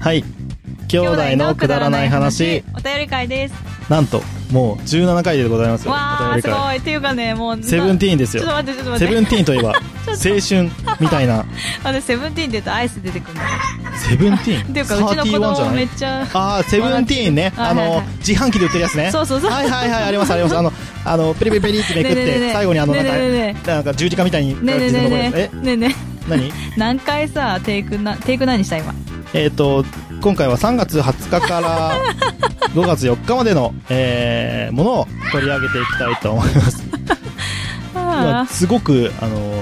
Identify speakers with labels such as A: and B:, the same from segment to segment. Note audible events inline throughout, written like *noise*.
A: はい兄弟のくだらない話
B: お便り会です
A: なんともう17回でございますよ
B: わ
A: お便
B: ー
A: り
B: す
A: 会
B: ごいっていうかねもう
A: セブンティーンですよ
B: ちょっと待って *laughs* ちょっと待
A: セ
B: って
A: ブンティーンといえば青春みたいな
B: 私セブンティーン出たアイス出てくるの
A: セブンティーン
B: っていうかうちの子
A: 31じゃ
B: 供
A: な
B: めっ
A: い
B: ちゃ
A: ああセブンティーンね
B: あ
A: あ
B: はい
A: の
B: はい
A: 自販機で売ってるやつね
B: そうそうそう
A: はいはいはいありますあ
B: *laughs*
A: りますあのあのペリペリペリってめくっ
B: ねえねえね
A: て
B: え
A: 最後にあのなんか
B: ねえねえね
A: なんか十字架みたいに
B: ねえねえねえねえねえね
A: え何
B: え何回さテイクなテイク何した今
A: えっ、と今回は3月20日から
B: *laughs*
A: 5月4日までの、えーものを取り上げていきたいと思います今
B: あ
A: すごくあの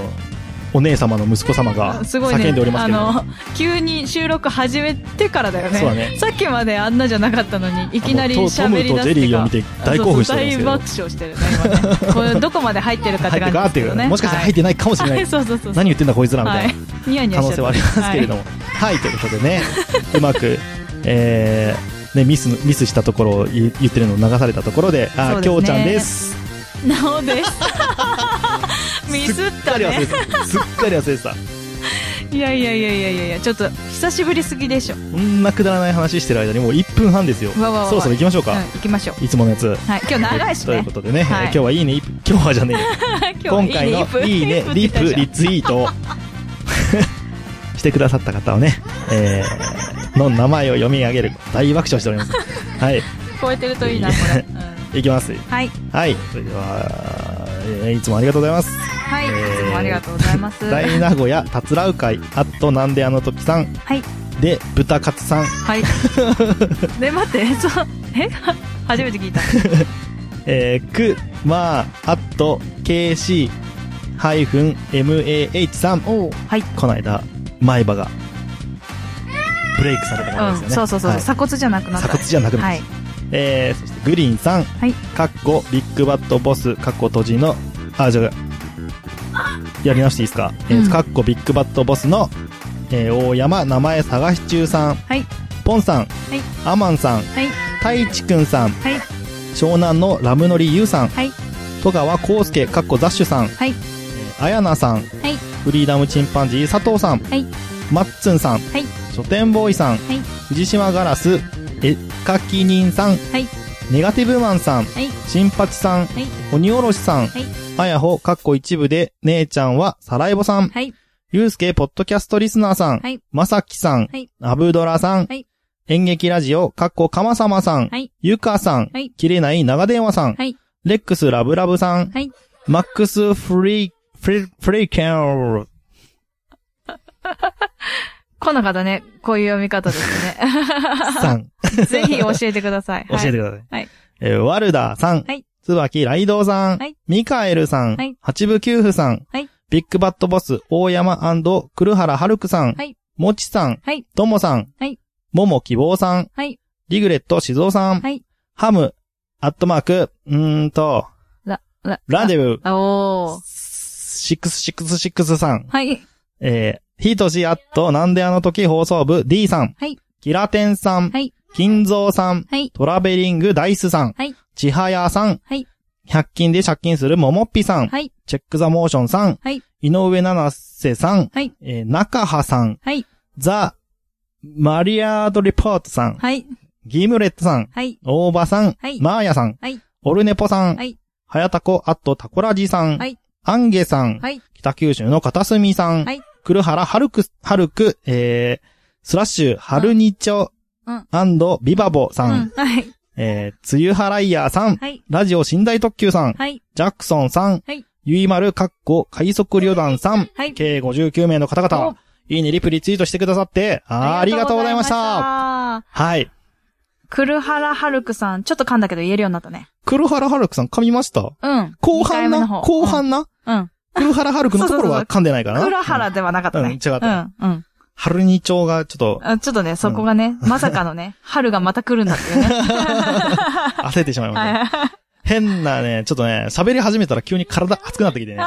A: お姉様の息子様が
B: ーすごいね
A: 叫んでおりますけど、
B: あの急に収録始めてからだよね
A: そうだね
B: さっきまであんなじゃなかったのにいきなり
A: あのト
B: 喋り出す
A: トムとジェリーを見て大興奮してるんですけど
B: 大爆笑してるね今ねこれどこまで入ってるかっ
A: 入
B: て
A: って
B: 感
A: るかってい
B: じです
A: う
B: けど
A: か
B: ね
A: ねもしかして入ってないかもしれな
B: はいい、 *laughs* そうそうそう
A: 何言ってんだこいつらみたい
B: は、
A: ない
B: ニヤニヤ
A: 可
B: し
A: 能
B: ち
A: 性
B: ゃった
A: はありますけれども、はい、ということでね、うまく、えーね、ミスミスしたところを言言ってるのを流されたところで、あ
B: そ
A: ー、
B: うですね
A: きょうちゃんです。
B: なおですミスっ
A: すっか
B: た
A: り忘れ
B: ね
A: てた。すっかり忘れてた。
B: いやいやいやいやいやいやちょっと久しぶりすぎでしょ
A: こんなくだらない話してる間にもう1分半ですよ。
B: うわうわうわ
A: そろそろ行きましょうか。
B: うん、行きましょう
A: いつものやつ。
B: はい今日長いし
A: という
B: ね *laughs*
A: ことでね、えー
B: はい
A: 今日はいいね、い今日はじゃねえよ。今回のいいね、リ
B: リ
A: ップ、リ
B: プ
A: ツイートを *laughs* してくださった方をね、えーの名前を読み上げる大爆笑しており
B: *laughs*
A: ます。はい、
B: 超えてるといいなこれ、うん
A: いきます。
B: はい
A: はい、それでは、えーいつもありがとうございます。
B: はい、
A: えー
B: いつもありがとうございますは
A: 大
B: い
A: 名古屋たつらう会、あとなんであの時さん、で、豚カツさん、 *laughs*
B: はいで待ってそうえ *laughs* 初めて聞いた
A: えー、く、まあ、あと、KC、ハイフン、MAH さん、
B: おはい
A: この間、前歯が、ブレイクされた方ですよね。
B: うん、そうそうそう、
A: はい
B: 鎖骨じゃなくなった
A: 鎖骨じゃなくな
B: は
A: っ
B: い
A: た。えー、そしてグリーンさん、
B: はい
A: かっこビッグバットボス、かっこ閉じの、あ、じゃあやり直していいですか、え
B: うん
A: ー、かっこビッグバットボスの、えー、大山、名前探し中さん、
B: はい
A: ポンさん、
B: い
A: アマンさん、
B: はい
A: 太一くんさん、
B: はい
A: 湘南のラムノリユウさん、
B: はい
A: 戸川康介、かっこザッシュさん、
B: はい
A: えー、あやなさん、
B: はい
A: フリーダムチンパンジー佐藤さん、
B: はい
A: マッツンさん、
B: はい
A: 書店ボーイさん、
B: はい
A: 藤島ガラス、絵描き人さん、
B: はい
A: ネガティブマンさん、
B: はい
A: 新八さん、
B: はい
A: 鬼おろしさん、
B: はい
A: あやほ、かっこ一部で、姉ちゃんは、サライボさん、
B: はい
A: ゆうすけ、ポッドキャストリスナーさん、
B: はい
A: まさきさん、
B: はい
A: アブドラさん、
B: はい
A: 演劇ラジオ、かっこかまさまさん、
B: はい
A: ゆかさん、
B: はい
A: 切れない長電話さん、
B: はい
A: レックスラブラブさん、
B: はい
A: マックスフリー、フリー、フリーキャル、
B: この方ね、こういう読み方です *laughs*
A: さん、
B: ね。ぜひ教えてください。
A: 教えて
B: は
A: くだ
B: い
A: さい。
B: はい
A: えーワルダーさん。
B: はい
A: つばきライドウさん。
B: はい
A: ミカエルさん。
B: はい
A: 八部九夫さん。
B: はい
A: ビッグバットボス、大山黒原春久さん。
B: はい
A: もちさん。
B: はい
A: ともさん。
B: はい
A: もも希望さん。
B: はい
A: リグレット静雄さん。
B: はい
A: ハム、アットマーク、うーんと、
B: ラ、ラ、
A: ラデブ、
B: あおー。
A: シックスシックスシックスさん。
B: はい。
A: えー、ひとしアット、なんであの時放送部、D さん。
B: はい
A: キラテンさん。
B: はい
A: 金蔵さん。
B: はい。
A: トラベリングダイスさん。
B: はい
A: ちはやさん。
B: はい
A: 100均で借金するももっぴさん。
B: はい。
A: チェックザモーションさん。
B: はい
A: 井上七瀬さん。
B: はい
A: えー中葉さん。
B: はい。
A: ザ・マリアードリポートさん。
B: はい。
A: ギムレットさん。
B: はい。
A: 大場さん。
B: はい
A: マーヤさん。
B: はい
A: オルネポさん。
B: はい
A: はやたこ、あと、タコラジさん。
B: はい
A: アンゲさん。
B: はい。
A: 北九州の片隅さん。
B: はい
A: 黒原はるく、はるく、えー、スラッシュ、はるにちょ、
B: うん
A: ビバボ
B: う
A: さん
B: ん。はい。
A: えー、つゆはらいやーさん、
B: はい。
A: ラジオ寝台特急さん、
B: はい。
A: ジャクソンさん、
B: はい
A: ゆいまるかっこ快速旅団さん、
B: はい
A: 計59名の方々、いいね、リプリツイートしてくださって、あーありがとうございました。
B: た。
A: はい。
B: 黒原春くさん、ちょっと噛んだけど言えるようになったね。
A: 黒原はるくさん噛みました
B: うん。
A: 後
B: 二回
A: 半
B: 目
A: な
B: の方
A: 後半な、
B: うん。うん。
A: 黒原はるくのところは噛んでないかな
B: 黒原ではなかった
A: うん
B: ね。
A: 違った
B: うん。うん。
A: 春に町がちょっと
B: あちょっとね、そこがね、まさかのね、春がまた来るんだっていうね。
A: 焦ってしまいました。
B: *laughs* は
A: 変なね、ちょっとね、喋り始めたら急に体熱くなってきて
B: *laughs*
A: ね。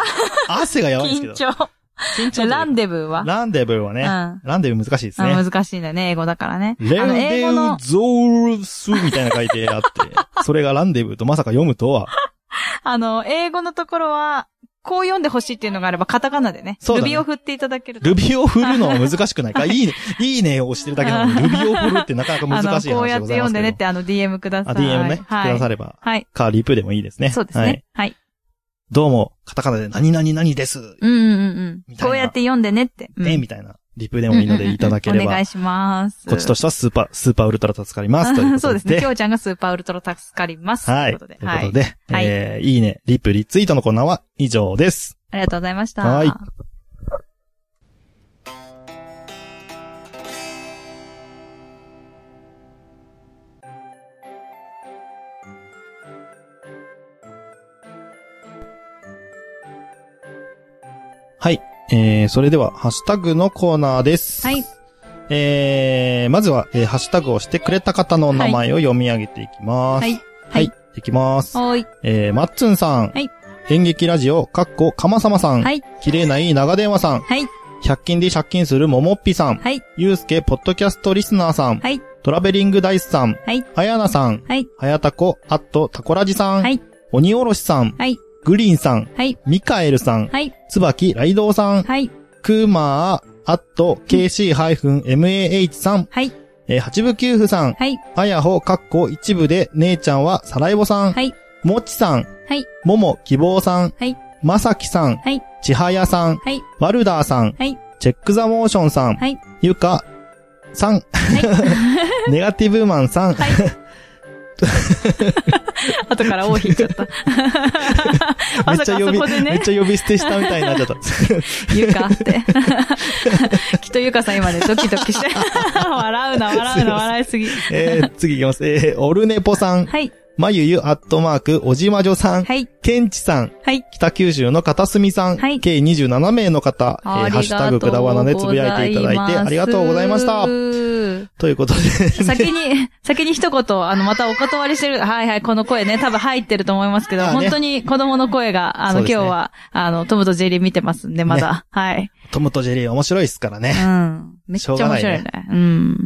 A: 汗がやばいんですけど。
B: 緊張。
A: 緊張というか
B: ランデブーは
A: ランデブーはね、
B: うん
A: ランデブー難しいですね。
B: あ難しいんだよね、英語だからね。
A: レ
B: あ
A: ン
B: の
A: デ
B: 英
A: ウ
B: 語の、
A: ゾールスみたいな書い
B: *laughs*
A: てあって、それがランデブーとまさか読むとは、
B: あの、英語のところは、こう読んでほしいっていうのがあれば、カタカナでね。
A: そうだね
B: ルビを振っていただけると。
A: ルビを振るのは難しくないかいいね、いいねを押してるだけなの
B: *laughs*
A: に、ルビを振るってなかなか難しい
B: あの、こう
A: 話で
B: やって
A: ござい
B: 読
A: ま
B: ん
A: す
B: でねっ
A: け
B: て、あの、DM くだ
A: ど。
B: さ
A: あ、
B: い。
A: DM ね、く
B: はい。
A: だされば。
B: はい。
A: か、リプでもいいですね。
B: そうです
A: はい
B: ね。。はい。
A: どうも、カタカナで何々何です。
B: うんうんうんう
A: み
B: ん。
A: たいな
B: こうやって読んでねって。うん
A: ね、みたいな、リプでもいいのでいただけ
B: う
A: れ
B: んうんうんお
A: ば
B: 願い、します。
A: こっちとしてはスーパー、スーパーウルトラ助かります。ということで。
B: *laughs* そうですね。きょうちゃんがスーパーウルトラ助かります。
A: はい。
B: と
A: と
B: い
A: いうう
B: こと
A: こ
B: で。はい
A: と。で、
B: はい
A: えー、いいね、リプ、リツイートのコーナーは以上です。
B: ありがとうございました。
A: はいはい。えー、それでは、ハッシュタグのコーナーです。
B: はい。
A: えー、まずは、えー、ハッシュタグをしてくれた方の名前を読み上げていきます。
B: はい。は
A: はいい。いきます。
B: おい。
A: えー、まっつんさん。
B: はい
A: 演劇ラジオ、かっこ、かまさまさん。
B: はい。
A: 綺麗ないい長電話さん。
B: はい。
A: 100均で借金するももっぴさん。
B: はい。
A: ゆうすけ、ポッドキャストリスナーさん。
B: はい
A: トラベリングダイスさん。
B: はい。
A: あやなさん。
B: はい。
A: はやたこ、あっと、たこらじさん。
B: はい。
A: 鬼おろしさん。
B: はい。
A: グリーンさん。
B: はい。
A: ミカエルさん。
B: はい。
A: つばき、ライドウさん。
B: はい。
A: クーマー、あっと、KC-MAH さん。
B: はい。
A: えー八部九夫さん。
B: はい。
A: あやほ、かっこ一部で、姉ちゃんは、さらいぼさん。
B: はい。
A: もちさん。
B: はい。
A: もも、希望さん。
B: はい。
A: まさきさん。
B: はい。
A: ちはやさん。
B: はい。
A: ワルダーさん。
B: はい。
A: チェックザモーションさん。
B: はい。
A: ゆか、さん。 *laughs* ネガティブマン
B: *laughs*
A: さん。
B: はい。
A: *laughs*
B: 後から王引いちゃった。
A: め
B: ま
A: っ
B: さ
A: ちゃ
B: かあ
A: 呼
B: そ
A: び、
B: こで
A: めっ
B: ね、
A: ちゃ呼び捨てしたみたいになっち
B: *laughs*
A: ゃった。
B: ゆか
A: *laughs*
B: って。きっとゆかさん今ね、ドキドキして。笑うな、笑うな、笑いすぎ。
A: えー、次いきます。えー、オルネポさん。
B: はい。
A: まゆゆアットマーク、おじまじょさん。
B: はい。
A: ケンチさん。
B: はい。
A: 北九州の片隅さん。
B: はい
A: 計27名の方。えー
B: あり
A: ハッシュタ
B: がとう
A: グくだばなでつぶやいていただいて、ありがとうございました。ということで。
B: 先に、先に一言、あの、またお断りしてる。はいはい、この声ね、多分入ってると思いますけど、
A: あーね
B: 本当に子供の声が、あ
A: そ
B: の、
A: うです
B: 今
A: ね
B: 日は、あの、トムとジェリー見てますんで、まだ。はい。
A: トムとジェリー面白いっすからね。
B: うん。めっちゃ面白い
A: しょうがな
B: ね
A: い。
B: うん。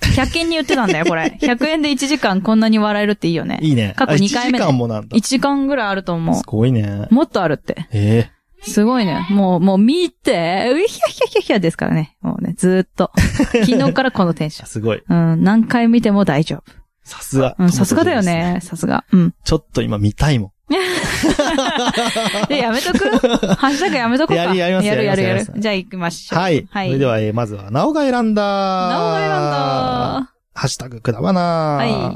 B: 100均に売ってたんだよ、これ。100円で1時 *laughs* 間こんなに笑えるっていいよね。
A: いいね。
B: 過去
A: あ
B: 二回目
A: 1時間もなんだ
B: 1。時間ぐらいあると思
A: すごいね
B: う。。もっとあるって。
A: え
B: すごいね。もう、もう見て、うひゃひゃひゃひゃですからね。もうね、ずーっ *laughs* と。昨日からこのテンシ
A: え
B: ョン。
A: すごい。
B: うん、何回見ても大丈夫。
A: さすが。
B: うん、さすがだよ
A: トムとジェリーです。
B: ね。さすが。 *laughs* うん。
A: ちょっと今見たいもん。
B: で、やめとくハッシュタグやめとこうか。
A: やりやります
B: やるやる
A: や
B: や
A: り
B: る
A: ます。
B: じゃあ行きましょう。
A: はい。それでは、えーまずは、なおが選んだ。
B: なおが選んだ
A: ハッシュタグくだばな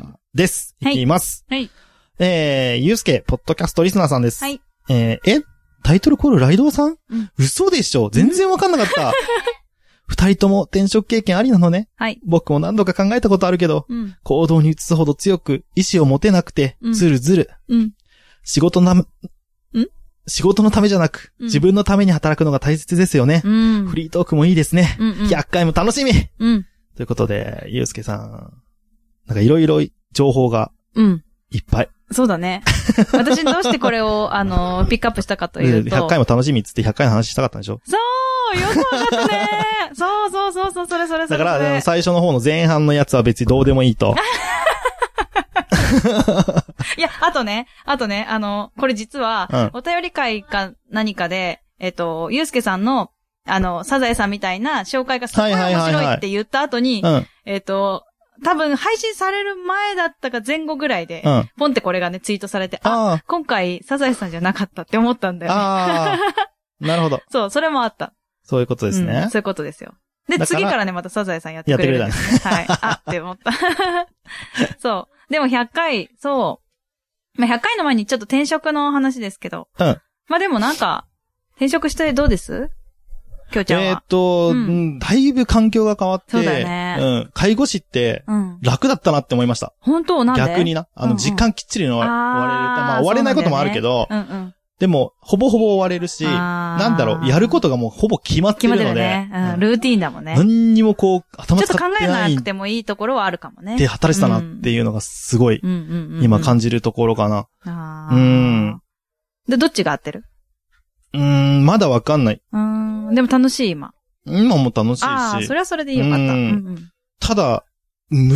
B: は
A: です。
B: はい
A: いきます。
B: はい。
A: えー、ゆうすけ、ポッドキャストリスナーさんです。
B: はい。
A: えー、えタイトルコールライドウさん、
B: うん
A: 嘘でしょ全然わかんなか
B: *laughs*
A: った。二人とも転職経験ありなのね。
B: はい。
A: 僕も何度か考えたことあるけど、
B: うん。
A: 行動に移すほど強く、意志を持てなくて
B: うん、
A: ずるずる。
B: うん。
A: 仕事な、ん仕事のためじゃなく、
B: うん
A: 自分のために働くのが大切ですよね。
B: うん。
A: フリートークもいいですね。
B: うんうん。
A: 100回も楽しみ
B: うん。
A: ということで、ゆうすけさん、なんかいろいろ情報が
B: うん。
A: いっぱい。
B: そうだね。私どうしてこ
A: *laughs*
B: れを、あの、ピックアップしたかというと。
A: 100回も楽しみっつって100回の話したかったんでしょ
B: そうよくわかったねそうそうそうそう、それそれそ
A: だ
B: れ。
A: から、あ
B: それ
A: の最初の方の前半のやつは別にどうでもいいと。
B: いや、あとね、あとね、あの、これ実は、
A: う
B: お便り会か何かで、えっと、ゆうすけさんの、あの、サザエさんみたいな紹介がすごい
A: は
B: 面
A: いはいはいはい
B: 白いって言った後に
A: う、ん、
B: えっと、多分配信される前だったか前後ぐらいで
A: うん。、あ
B: ポンってこれがね、ツイートされて、あ、
A: あ
B: 今回、サザエさんじゃなかったって思ったんだ
A: ー、
B: よね。
A: ああ、なるほど。
B: そう、それもあった。
A: そういうことです
B: う
A: ね
B: ん。そういうことですよ。で、
A: だから
B: 次からね、またサザエさんやってくれる。
A: やって
B: くれた。はい。あって思った。 *laughs* そう。でも100回、そう。まあ、100回の前にちょっと転職の話ですけど。
A: うん
B: まあでもなんか、転職してどうですきょうちゃん
A: えー
B: は
A: っ。と、
B: う
A: うんんだいぶ環境が変わって、
B: そうだね
A: うん、介護士って
B: うん。
A: 楽だったなって思いました。
B: 本当なんで
A: 逆に。な。あ
B: うんう
A: の、
B: ん
A: 時間きっちりの追われる。
B: あー
A: まあ、追われないこともあるけど、
B: うんうん。
A: でも、ほぼほぼ追われるし、
B: あー
A: なんだろう、やることがもうほぼ決まって
B: 決
A: る
B: ま
A: の
B: って
A: で、
B: るね。うん。
A: うん
B: ルーティンだもんね。ち
A: 何にもこう、頭
B: ょっ
A: 使
B: と
A: っ
B: 考
A: て
B: え
A: な
B: ないくてもいいところはあるかもね。
A: で働いてたなっていうのがすごい、
B: うんうんうん。
A: 今感じるところかな。
B: あ
A: う
B: ー
A: ん
B: で、どっちが合ってる
A: うーん、まだわかんない。
B: うーん。でも楽しい、今。
A: 今も楽し
B: ああ
A: い
B: ー、
A: し
B: そ。れはそれでよかった。う
A: うん
B: ん
A: ただ、難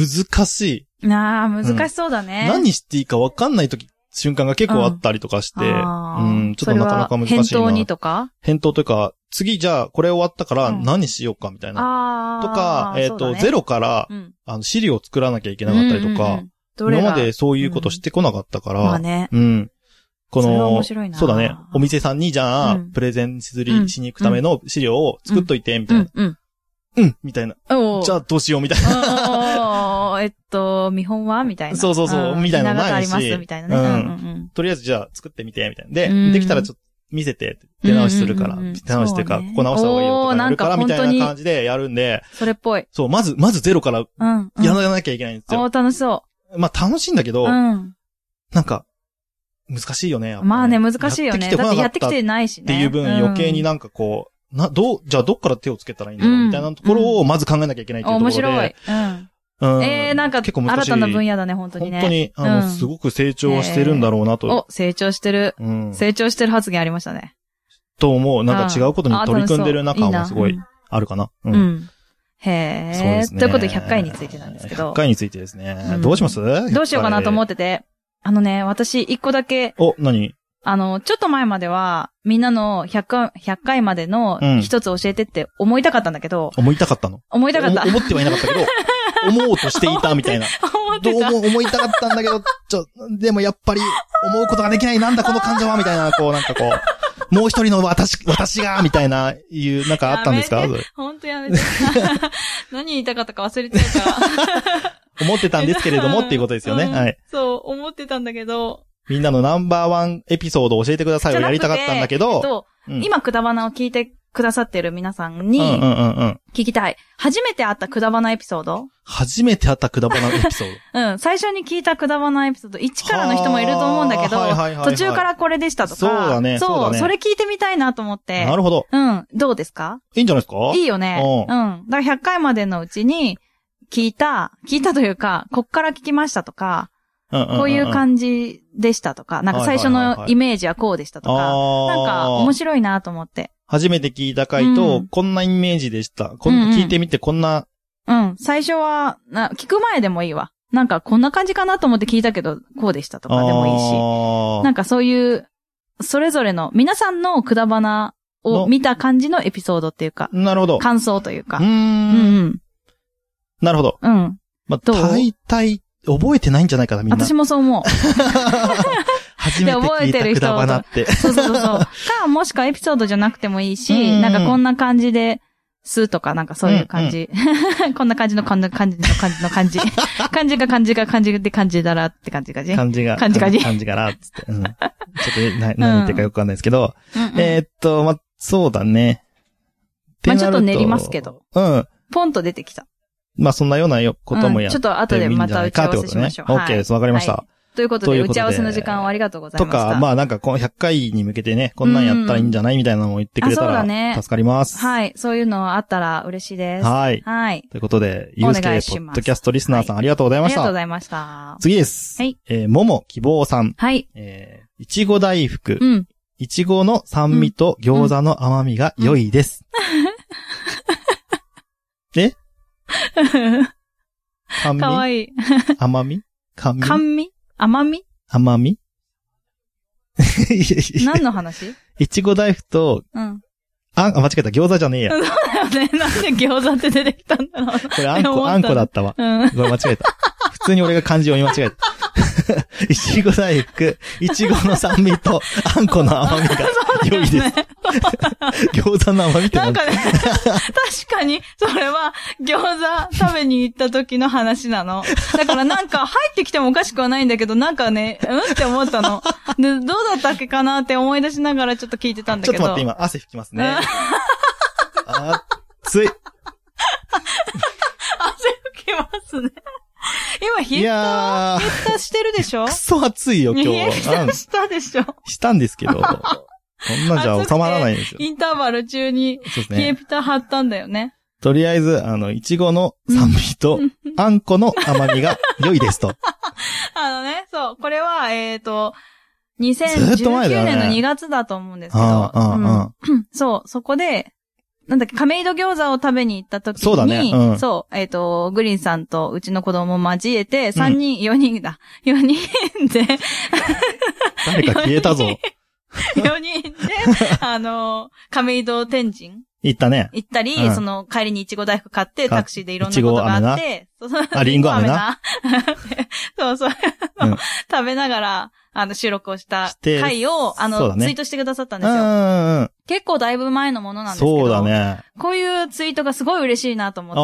A: しい。
B: うん。ああ、難しそうだね。
A: 何していいかわかんないとき、瞬間が結構あったりとかして、
B: あ
A: う
B: ー
A: ん、ちょっとなかなか難しいな。
B: それは返答にとか
A: 返答というか、次じゃあこれ終わったから
B: うん
A: 何しようかみたいな。
B: あ
A: とか、えっ、と、ゼ
B: ロ
A: ロから、
B: うん。
A: あの、資料を作らなきゃいけなかったりと
B: うん
A: か、
B: うんうん、どれが
A: 今までそういうことしてこなかったから、
B: まあね。
A: うん。こ
B: それは
A: の
B: 面白いな
A: うだね。お店さんに、じゃあ、
B: うん
A: プレゼンするしに行くための資料を作っといて、みた
B: う
A: いな。
B: ん、うん。
A: うん、みたいな。
B: お
A: じゃ
B: あ
A: あ、どうしよう、みたいな。
B: おーえっと、見本はみたいな。
A: そうそうそう
B: あー
A: みたいなの
B: ひが
A: ないし
B: ありますみたいなね。
A: うん
B: うん
A: *laughs* とりあえず、じゃあ、作ってみて、みたいな。で、
B: うん
A: できたらちょっと、見せて、手直しするから、
B: うんうんうんうん
A: 手直しというか、
B: そうね
A: ここ直した方がいいよ
B: おー
A: とかやるから、
B: なん
A: み
B: か
A: た
B: 本当
A: い
B: に
A: な感じでやるんで、
B: それっぽい。
A: そう、まず、まずゼロから
B: うん。うん
A: やらなきゃいけないんです
B: お
A: よ。
B: ー楽しそ
A: まあ、楽しいんだけど、
B: う。うん。
A: なんか、難しいよね、やっぱ
B: まあね、難しいよね。だってやってき
A: なかった
B: てないし
A: っ
B: ね。
A: ていう分余計に
B: な
A: なんかこう、な、どう、じゃあどっから手をつけたらいいんだろう
B: うん
A: みたいなところをまず考えなきゃいけないっていうところ
B: 面
A: で。
B: 白い。うん。
A: うん。
B: えー、なんか、
A: 結構難
B: 新
A: しい。
B: たな分野だね、本当に
A: 本
B: ね。
A: 当に、あの、
B: うん
A: すごく成長してるんだろうなと。
B: お、成長してる。
A: うん。
B: 成長してる発言ありましたね。
A: と思う。なんか違うことに取り組んでる中もすごい
B: あ。
A: あるかな。う
B: 楽しそういいなうん。。へ
A: そうで
B: え。
A: すね
B: ということで100回についてなんですけど
A: 100。回についてですね。
B: うん
A: どうします
B: どうしようかなと思
A: っ
B: ってて。あのね、私1個だけ、
A: お、何
B: あの、ちょっと前までは、みんなの100回、100回までの
A: うん
B: 一つ教えてって思いたかったんだけど、
A: 思いたかったの
B: 思いたかった。
A: お思ってはいなかったけど、思おうとしていたみたいな。
B: *laughs* 思っ
A: ど
B: て
A: う
B: た。
A: も思いたかったんだけど、ちょ、でもやっぱり、思うことができない、なんだこの感情は、みたい
B: *laughs*
A: な、こう、なんかこう、もう一人の私、私が、みたいな、いう、なんかあったんですか
B: や
A: そ
B: め
A: れ
B: てほんとや
A: *laughs*
B: めて。何言いたかったか忘れちゃうから。
A: 思ってたんですけれども、っていうことですよね。
B: うん
A: はい。
B: そう、思ってたんだけど。
A: みんなのナンバーワンエピソードを教えてくださいをやりたかったんだけ
B: えっ
A: ど、
B: と、
A: うん
B: 今、くだばなを聞いてくださってる皆さん
A: うんうんう
B: に
A: んうん。
B: 聞きたい。初めて会ったくだばなエピソード
A: 初めて会ったくだばなエピソ
B: *laughs*
A: ード。
B: うん。最初に聞いたくだばなエピソード、1からの人もいると思うんだけど
A: はあはいはいはいは、い
B: 途中からこれでしたとか。
A: そうだねそう
B: そ
A: だ
B: う、
A: ね
B: それ聞いてみたいなと思って。
A: なるほど。
B: うん。どうですか
A: いいんじゃないですか
B: いいよね。
A: う
B: うん。だから100回までのうちに、聞いた、聞いたというか、こっから聞きましたとか、こ
A: こ
B: ういう
A: じ
B: 感じでしたとか、なんか最初
A: はいはいはい
B: の
A: はい
B: イメージはこうでしたとか、なんか面白いなと思って。
A: 初めて聞いた回と、
B: うん
A: こんなイメージでした。こん
B: うんうん
A: 聞いてみてこんな、
B: うん。最初は、な、聞く前でもいいわ。なんか、こんな感じかなと思って聞いたけど、こうでしたとかでもいいし。
A: あー
B: なんかそういう、それぞれの、皆さんのくだばなを
A: の
B: 見た感じのエピソードっていうか、
A: なるほど。
B: 感想というか
A: う。ー。
B: うんん
A: なるほど。
B: うん。うん。
A: まあ、
B: どう
A: 大体、覚えてないんじゃないかな、みんな。
B: 私もそう思う。
A: 初めて聞いたくだばなって。
B: そうそうそ
A: *laughs*
B: うそう。か、もしくはエピソードじゃなくてもいい
A: うんう
B: し、
A: ん
B: なんかこんな感じで、すとか、なんかそういう感じ。 *laughs* こんな感じの、こんな感じの感じの感
A: *laughs*
B: じ。感じが感じが感じで感じだらって感じ *laughs* がじ。
A: 感じが。
B: 感じ感じ
A: 感じがな、つって。うん。ちょっと、な、何言ってるかよくわかんないですけど。
B: うんうん
A: えーっと、まあ、そうだね。
B: ま
A: てな
B: あ
A: る
B: ちょっと練りますけど。
A: うん。
B: ポンと出てきた。
A: まあ、そんなようなよこともやっ
B: うんちょ
A: て
B: っと後で
A: みいいん
B: ま
A: じゃ
B: た
A: ない
B: 打ち合
A: かって
B: わ
A: こ
B: せ
A: と
B: し
A: ね。
B: ましょう。
A: OK です。わかりました。
B: ということ
A: とい
B: で、
A: うこと
B: 打
A: で
B: ち合わせの時間をありがとうござい
A: と
B: ました。
A: か、まあなんかこの100回に向けてね、こんなんやったらいいんじゃないみたいなのも言ってくれた
B: あそう
A: ら
B: だね
A: 助かります。
B: はい。そういうのあったら嬉しいです。
A: はい。
B: はい。
A: ということで、
B: お
A: ゆ
B: 願
A: う
B: い
A: すけポ
B: しま
A: ッ
B: す
A: ドキャストリスナーさん、
B: は
A: ありがとうござい
B: あ
A: ま
B: り
A: し
B: がとうご
A: た。
B: ざいました。
A: 次です。
B: はい
A: えー、もも希望さん。
B: はい。
A: えー、いちご大福
B: う。ん。
A: いちごの酸味と餃子の甘みが良いです。酸
B: かわ
A: 味
B: いい。
A: 甘み甘み
B: 甘味甘味
A: 甘みいやいやいや
B: 何の話
A: *laughs* いちご大福と、
B: うん。 *laughs*
A: あん、あ間違えた、餃子じゃねえや。
B: だよね。なんで餃子って出てきたんだろう。
A: これあん
B: 思っ
A: こ、
B: た
A: あんこだったわ。
B: うん。
A: ごめん、間違えた。
B: *laughs*
A: 普通に俺が漢字を読み間違えた。 *laughs* いちご大福、いちごの酸味と、あんこの甘
B: *laughs*
A: みが良いです。餃子の甘みって
B: な
A: 何
B: んかね、 *laughs* 確かに、それは、餃子食べに行った時の話なの。だからなんか、入ってきてもおかしくはないんだけど、なんかね、うんって思ったの。で、どうだったっけかなって思い出しながらちょっと聞いてたんだ
A: ちょっ
B: け
A: と
B: ど。
A: 待って、今、汗拭きますね。暑い。
B: 今。汗拭きますね。今、ヒ
A: い
B: ッ
A: やー、
B: タしてるでしょ
A: く *laughs* そ暑いよ、今
B: ヒ
A: 日
B: ッ
A: は。うん
B: タしたでしょ
A: したんですけど、こんなんじゃ収まらないんですよ。
B: インターバル中に、
A: そうです
B: 冷え
A: ね。
B: ピタ貼ったんだよね。
A: とりあえず、あの、いちごの酸味と、あんこの甘みが良い
B: *laughs*
A: ですと。
B: あのね、そう、これは、えっ、と、2019
A: ずっと前だよね
B: 年の2月だと思うんですけど、
A: ああ、ああ、
B: うんそう、そこで、なんだっけ、亀戸餃子を食べに行った時に、
A: そうだねうん
B: そうえっ、と、グリーンさんとうちの子供も交えて、3人、4人だ。4人で、
A: 誰か消えたぞ。
B: 4人で、あの、亀戸天神
A: 行った
B: *laughs*
A: ね。
B: 行ったり、
A: うん
B: その、帰りにいちご大福買って、
A: か
B: タクシーでいろんなことがあって、そうそう
A: あリンゴ飴な。
B: *laughs* そうそう
A: う
B: の
A: ん
B: 食べながら、あの、収録をした
A: して
B: 回を、
A: そ
B: あ
A: うだ
B: の、
A: ね
B: ツイートしてくださったん
A: う
B: で
A: ん
B: す
A: う
B: よ。
A: んうん。
B: 結構だいぶ前のものなんですけど。
A: そうだね。
B: こういうツイートがすごい嬉しいなと思っ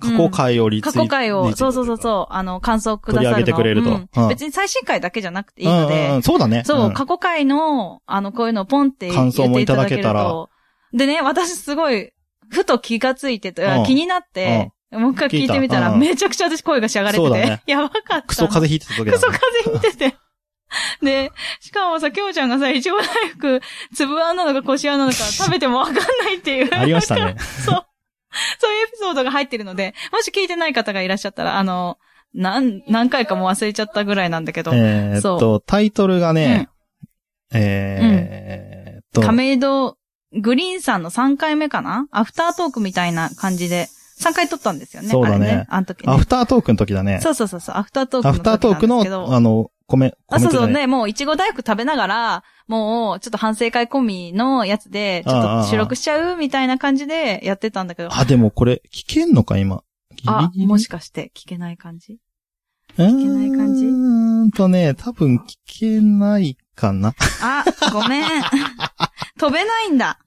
B: て。
A: ああ、過去回をリツイ
B: 過
A: ート。
B: 去回を、そうそうそう
A: う。
B: そう、あの、感想をくださるの
A: 取り上げてくれると
B: うん
A: うん
B: 別に最新回だけじゃなくていい
A: うん
B: の
A: う
B: で
A: んう、ん。そうだね。
B: そう、
A: ん
B: 過去回の、あの、こういうのをポンって言
A: 感
B: っ
A: 想も
B: て
A: い
B: い
A: た
B: た
A: だ
B: だ
A: け
B: ける
A: たら
B: と。でね、私すごい、ふと気がついてて、
A: うん
B: 気になって、もう一回聞いてみた
A: 聞い
B: ら、
A: たうん
B: めちゃくちゃ私声がし上がれ
A: そ
B: て
A: う
B: て、
A: だね
B: *laughs* やばかったの。
A: クソ風邪ひいてた時だね。
B: *laughs* クソ風邪ひいてて。で、しかもさ、きょうちゃんがさ、いちご大福、粒あんなのかこしあんなのか食べてもわかんないっていう。
A: ありましたね。
B: そう。そういうエピソードが入ってるので、もし聞いてない方がいらっしゃったら、あの、何、何回かもう忘れちゃったぐらいなんだけど、
A: えーっと、タイトルがね、えーっと、
B: 亀戸グリーンさんの3回目かなアフタートークみたいな感じで、3回撮ったんですよね。
A: そうだね
B: あれあの時
A: ア
B: ね。
A: フタートークの時だね。
B: そうそうそうそう、アフタートーク
A: ア
B: の
A: フ
B: 時な
A: タートーク
B: んで
A: の
B: すけ、ど。
A: あの、コメ、コ
B: あ、
A: メ
B: そ
A: ン
B: う
A: ト
B: そう
A: じゃない
B: ね、もう、いちご大福食べながら、もう、ちょっと反省会込みのやつで、ちょ
A: あああ
B: っ
A: あ
B: と収録しちゃうみたいな感じでやってたんだけど。
A: あ、でもこれ、聞けんのか、今。ギ
B: あ、
A: リギリ
B: もしかして聞けない感じ
A: 聞
B: けない感じ
A: うーんとね、多分聞けないかな。 *laughs*
B: あ、ごめん。 *laughs* 飛べないんだ。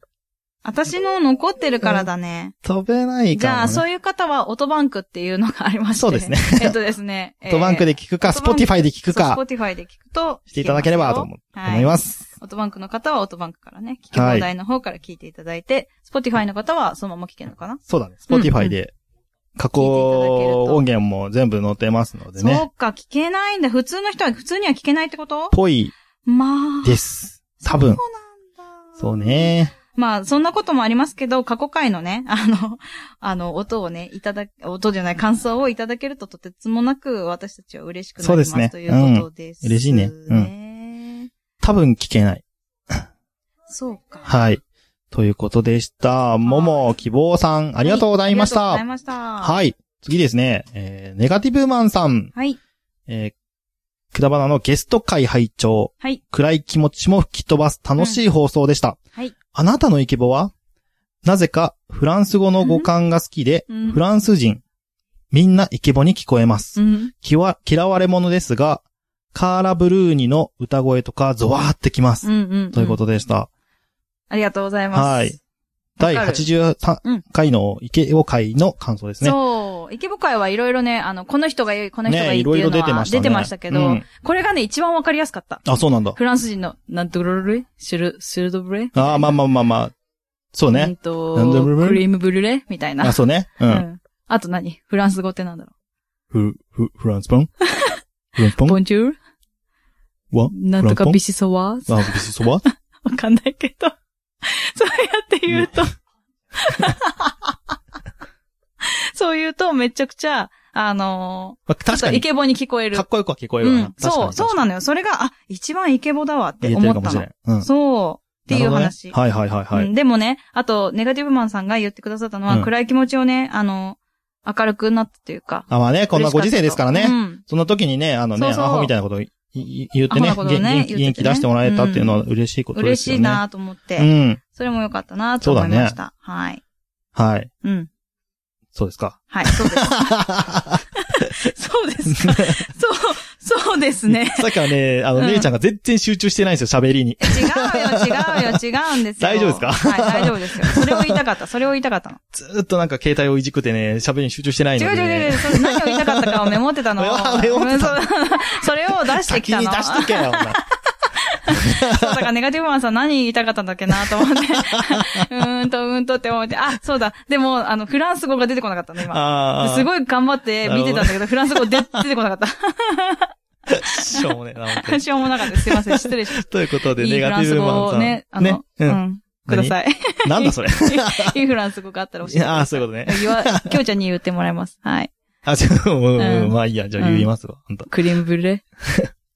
B: 私の残ってるからだね。
A: 飛べない
B: じ
A: かも、ね。
B: ゃあ、そうういう方は、オトバンクっていうのがありまして。
A: そうですね。
B: *laughs* えっとですね。
A: *laughs* オトバンクで聞くか、
B: えー
A: スポティファイで聞
B: 聞
A: くか、
B: Spotify で聞くと。
A: していただければと
B: 聞
A: 思
B: け
A: 思い
B: はい。
A: ます。
B: オートバンクの方はオートバンクからね、聞き放題の方から聞いていただいて、Spotify の方はそのまま聞けるのかな、
A: そうだね、スポティファイで、加工音源も全部載ってますので
B: そ
A: ね。
B: うか、聞けないんだ。普通の人は、普通には聞けないってこと
A: ぽい
B: まあ。
A: です。多分。
B: そうなんだ。
A: そう。ね。
B: まあ、そんなこともありますけど、過去回のね、 *laughs* あの、あの、音をね、いただ、音じゃない、感想をいただけるととてつもなく私たちは嬉しくなります
A: そうですね
B: ということです、。
A: うん嬉しいねうん多分聞けない。
B: そうか。
A: はい。ということでした。もも希望さん、あ
B: あ
A: りがとうございまし
B: あ
A: た。
B: りがとうございました。
A: はい。次ですね。えー、ネガティブマンさん。
B: はい。
A: えー、くだばなのゲスト会拝聴。
B: はい。
A: 暗い気持ちも吹き飛ばす楽しい放送でした。
B: はい。
A: あなたのイケボはなぜかフランス語の語感が好きで、
B: うん
A: フランス人、みんなイケボに聞こえます。
B: うん。
A: きわ嫌われ者ですが、カーラ・ブルーニの歌声とかゾワーってきます。
B: うんうん、うん。
A: ということでした。
B: ありがとうございます。
A: はい。第
B: わかる
A: 83回のイケボ会の感想ですね。
B: そう。池ボ会はいろいろね、あの、この人がいい、この人がいいっていうのは、出てましたけど、
A: うん
B: これがね、一番わかりやすかった。
A: あ、そうなんだ。
B: フランス人の、なんとロレシル、シルドブレ
A: ああ、まあまあまあまあ。そう
B: う
A: ね
B: ん。と
A: なんだブルブル
B: クリームブルレみたいな。
A: あ、そうね。う。
B: うんん。あと何フランス語ってなんだろ
A: フ、フ、フランス
B: *laughs*
A: パンフランスパ
B: う
A: ン
B: ボンジュール
A: ワ
B: なんと
A: フランスパ
B: か
A: ン
B: ビシソワーズ
A: あ、ビスそ
B: *laughs*
A: ば
B: わかんないけど。 *laughs* そうやって言うと。 *laughs* そう言うと、めちゃくちゃ、あの
A: まあ
B: ー、
A: 確
B: ちょ
A: か
B: っとイ
A: に。
B: ケボに聞こえる
A: かっ。こよくは聞こえる
B: う
A: わな。
B: ん。そう、そうな
A: の
B: のよ。それが、あ、一番イケボだわって
A: 言えてる
B: 思
A: かも
B: った
A: しれな
B: の。
A: い。うん。
B: そう。っていう話。
A: なるほどねはいはいはいは
B: う
A: い。
B: んでもね、あと、ネガティブマンさんが言ってくださったのは、
A: うん
B: 暗い気持ちをね、あの、明るくなったというか。
A: あ、まあね、こんなご時世ですから
B: う
A: ね。
B: ん。
A: そんな時にね、あのね、
B: そうそう
A: アホみたいなことをいい言ってね、
B: アホなことね
A: 元気
B: 言ってね
A: 元気出してもらえたっていうのは嬉しいことで
B: 嬉
A: す
B: し
A: よね。
B: いなと思って、
A: うん。
B: それも良かったなと思いました。はい。
A: はい。
B: うん。
A: そうです
B: *laughs*
A: か。
B: はい、そうです。
A: *laughs*
B: そうですか。 *laughs* そう、そうですね。
A: さっきからね、あの、
B: うん
A: 姉ちゃんが全然集中してないんですよ、喋りに。
B: 違うよ、違うよ、違うんですよ。
A: 大丈夫ですか
B: はい、大丈夫ですよ。それを言いたかった、それを言いたかったの。
A: ずーっとなんか携帯をいじくってね、喋りに集中してないの
B: 違う
A: で、
B: 違う違う違
A: ね。
B: う、それ何を言いたかったかをメモってたの。
A: あ *laughs* メモってた
B: そう *laughs* それを出して
A: 先
B: きた
A: に
B: の。
A: 出しとけ
B: *laughs*
A: よ、お前。
B: そうだからネガティブマンさん何言いたかったんだっけなと思
A: *laughs*
B: って。うーんと、うーんとって思って。あ、そうだ。でも、あの、フランス語が出てこなかったの、今。
A: ああ。
B: すごい頑張って見てたんだけど、フランス語で出てこなかっ
A: しょうもねえな本当
B: た。
A: に
B: しょうもなかったです。すいません、失礼しまし
A: ということ
B: た。
A: で、
B: いい
A: ネ
B: フ
A: ガ
B: ラ
A: テ
B: ン
A: ィ
B: ス
A: ブ
B: 語
A: マン
B: を
A: さん。
B: ね、あの、
A: う。
B: うんん。ください。 *laughs*
A: なんだそれ。
B: いいフランス語があったら教えてく
A: ああー、
B: だ
A: そ
B: さ
A: う
B: い。
A: いうことね。
B: 言わ、きょうちゃんに言ってもらいます。はい。
A: あ、ちょっと、うんうん
B: うん
A: まあいいや、じゃあ言いますわ。あんた。
B: クリームブルレ、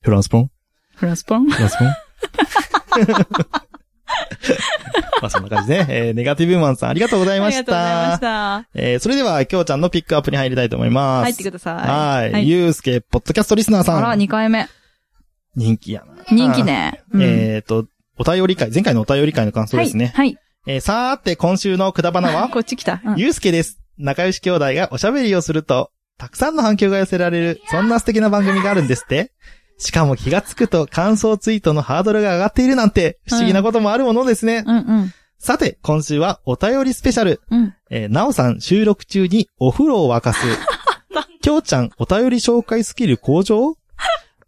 A: フランスポン *laughs*
B: フランスパン。
A: フランスポンまあそんな感じで、ね、えーネガティブウーマンさんありがとうござい
B: あ
A: ま
B: りが
A: し
B: とうございま
A: た
B: し。た。
A: えーそれでは、きょうちゃんのピックアップに入りたいと思います。
B: 入ってください。
A: はい。
B: はい
A: ゆうすけ、ポッドキャストリスナーさ
B: あら、
A: ん。
B: 2回目。
A: 人気やな。
B: 人気ね。
A: あー。
B: うん
A: えっ、と、お便り会、前回のお便り会の感想ですね。
B: はい。
A: えーさーて、今週のくだばな
B: はい
A: は、
B: こっち来た。うん
A: ゆうすけです。仲良し兄弟がおしゃべりをすると、たくさんの反響が寄せられる、そんな素敵な番組があるんですって。しかも気がつくと感想ツイートのハードルが上がっているなんて、不思議なこともあるものですね。
B: うんうん。
A: さて、今週はお便りスペシャル。
B: うん。
A: えーなおさん収録中にお風呂を沸かす。きょうちゃんお便り紹介スキル向上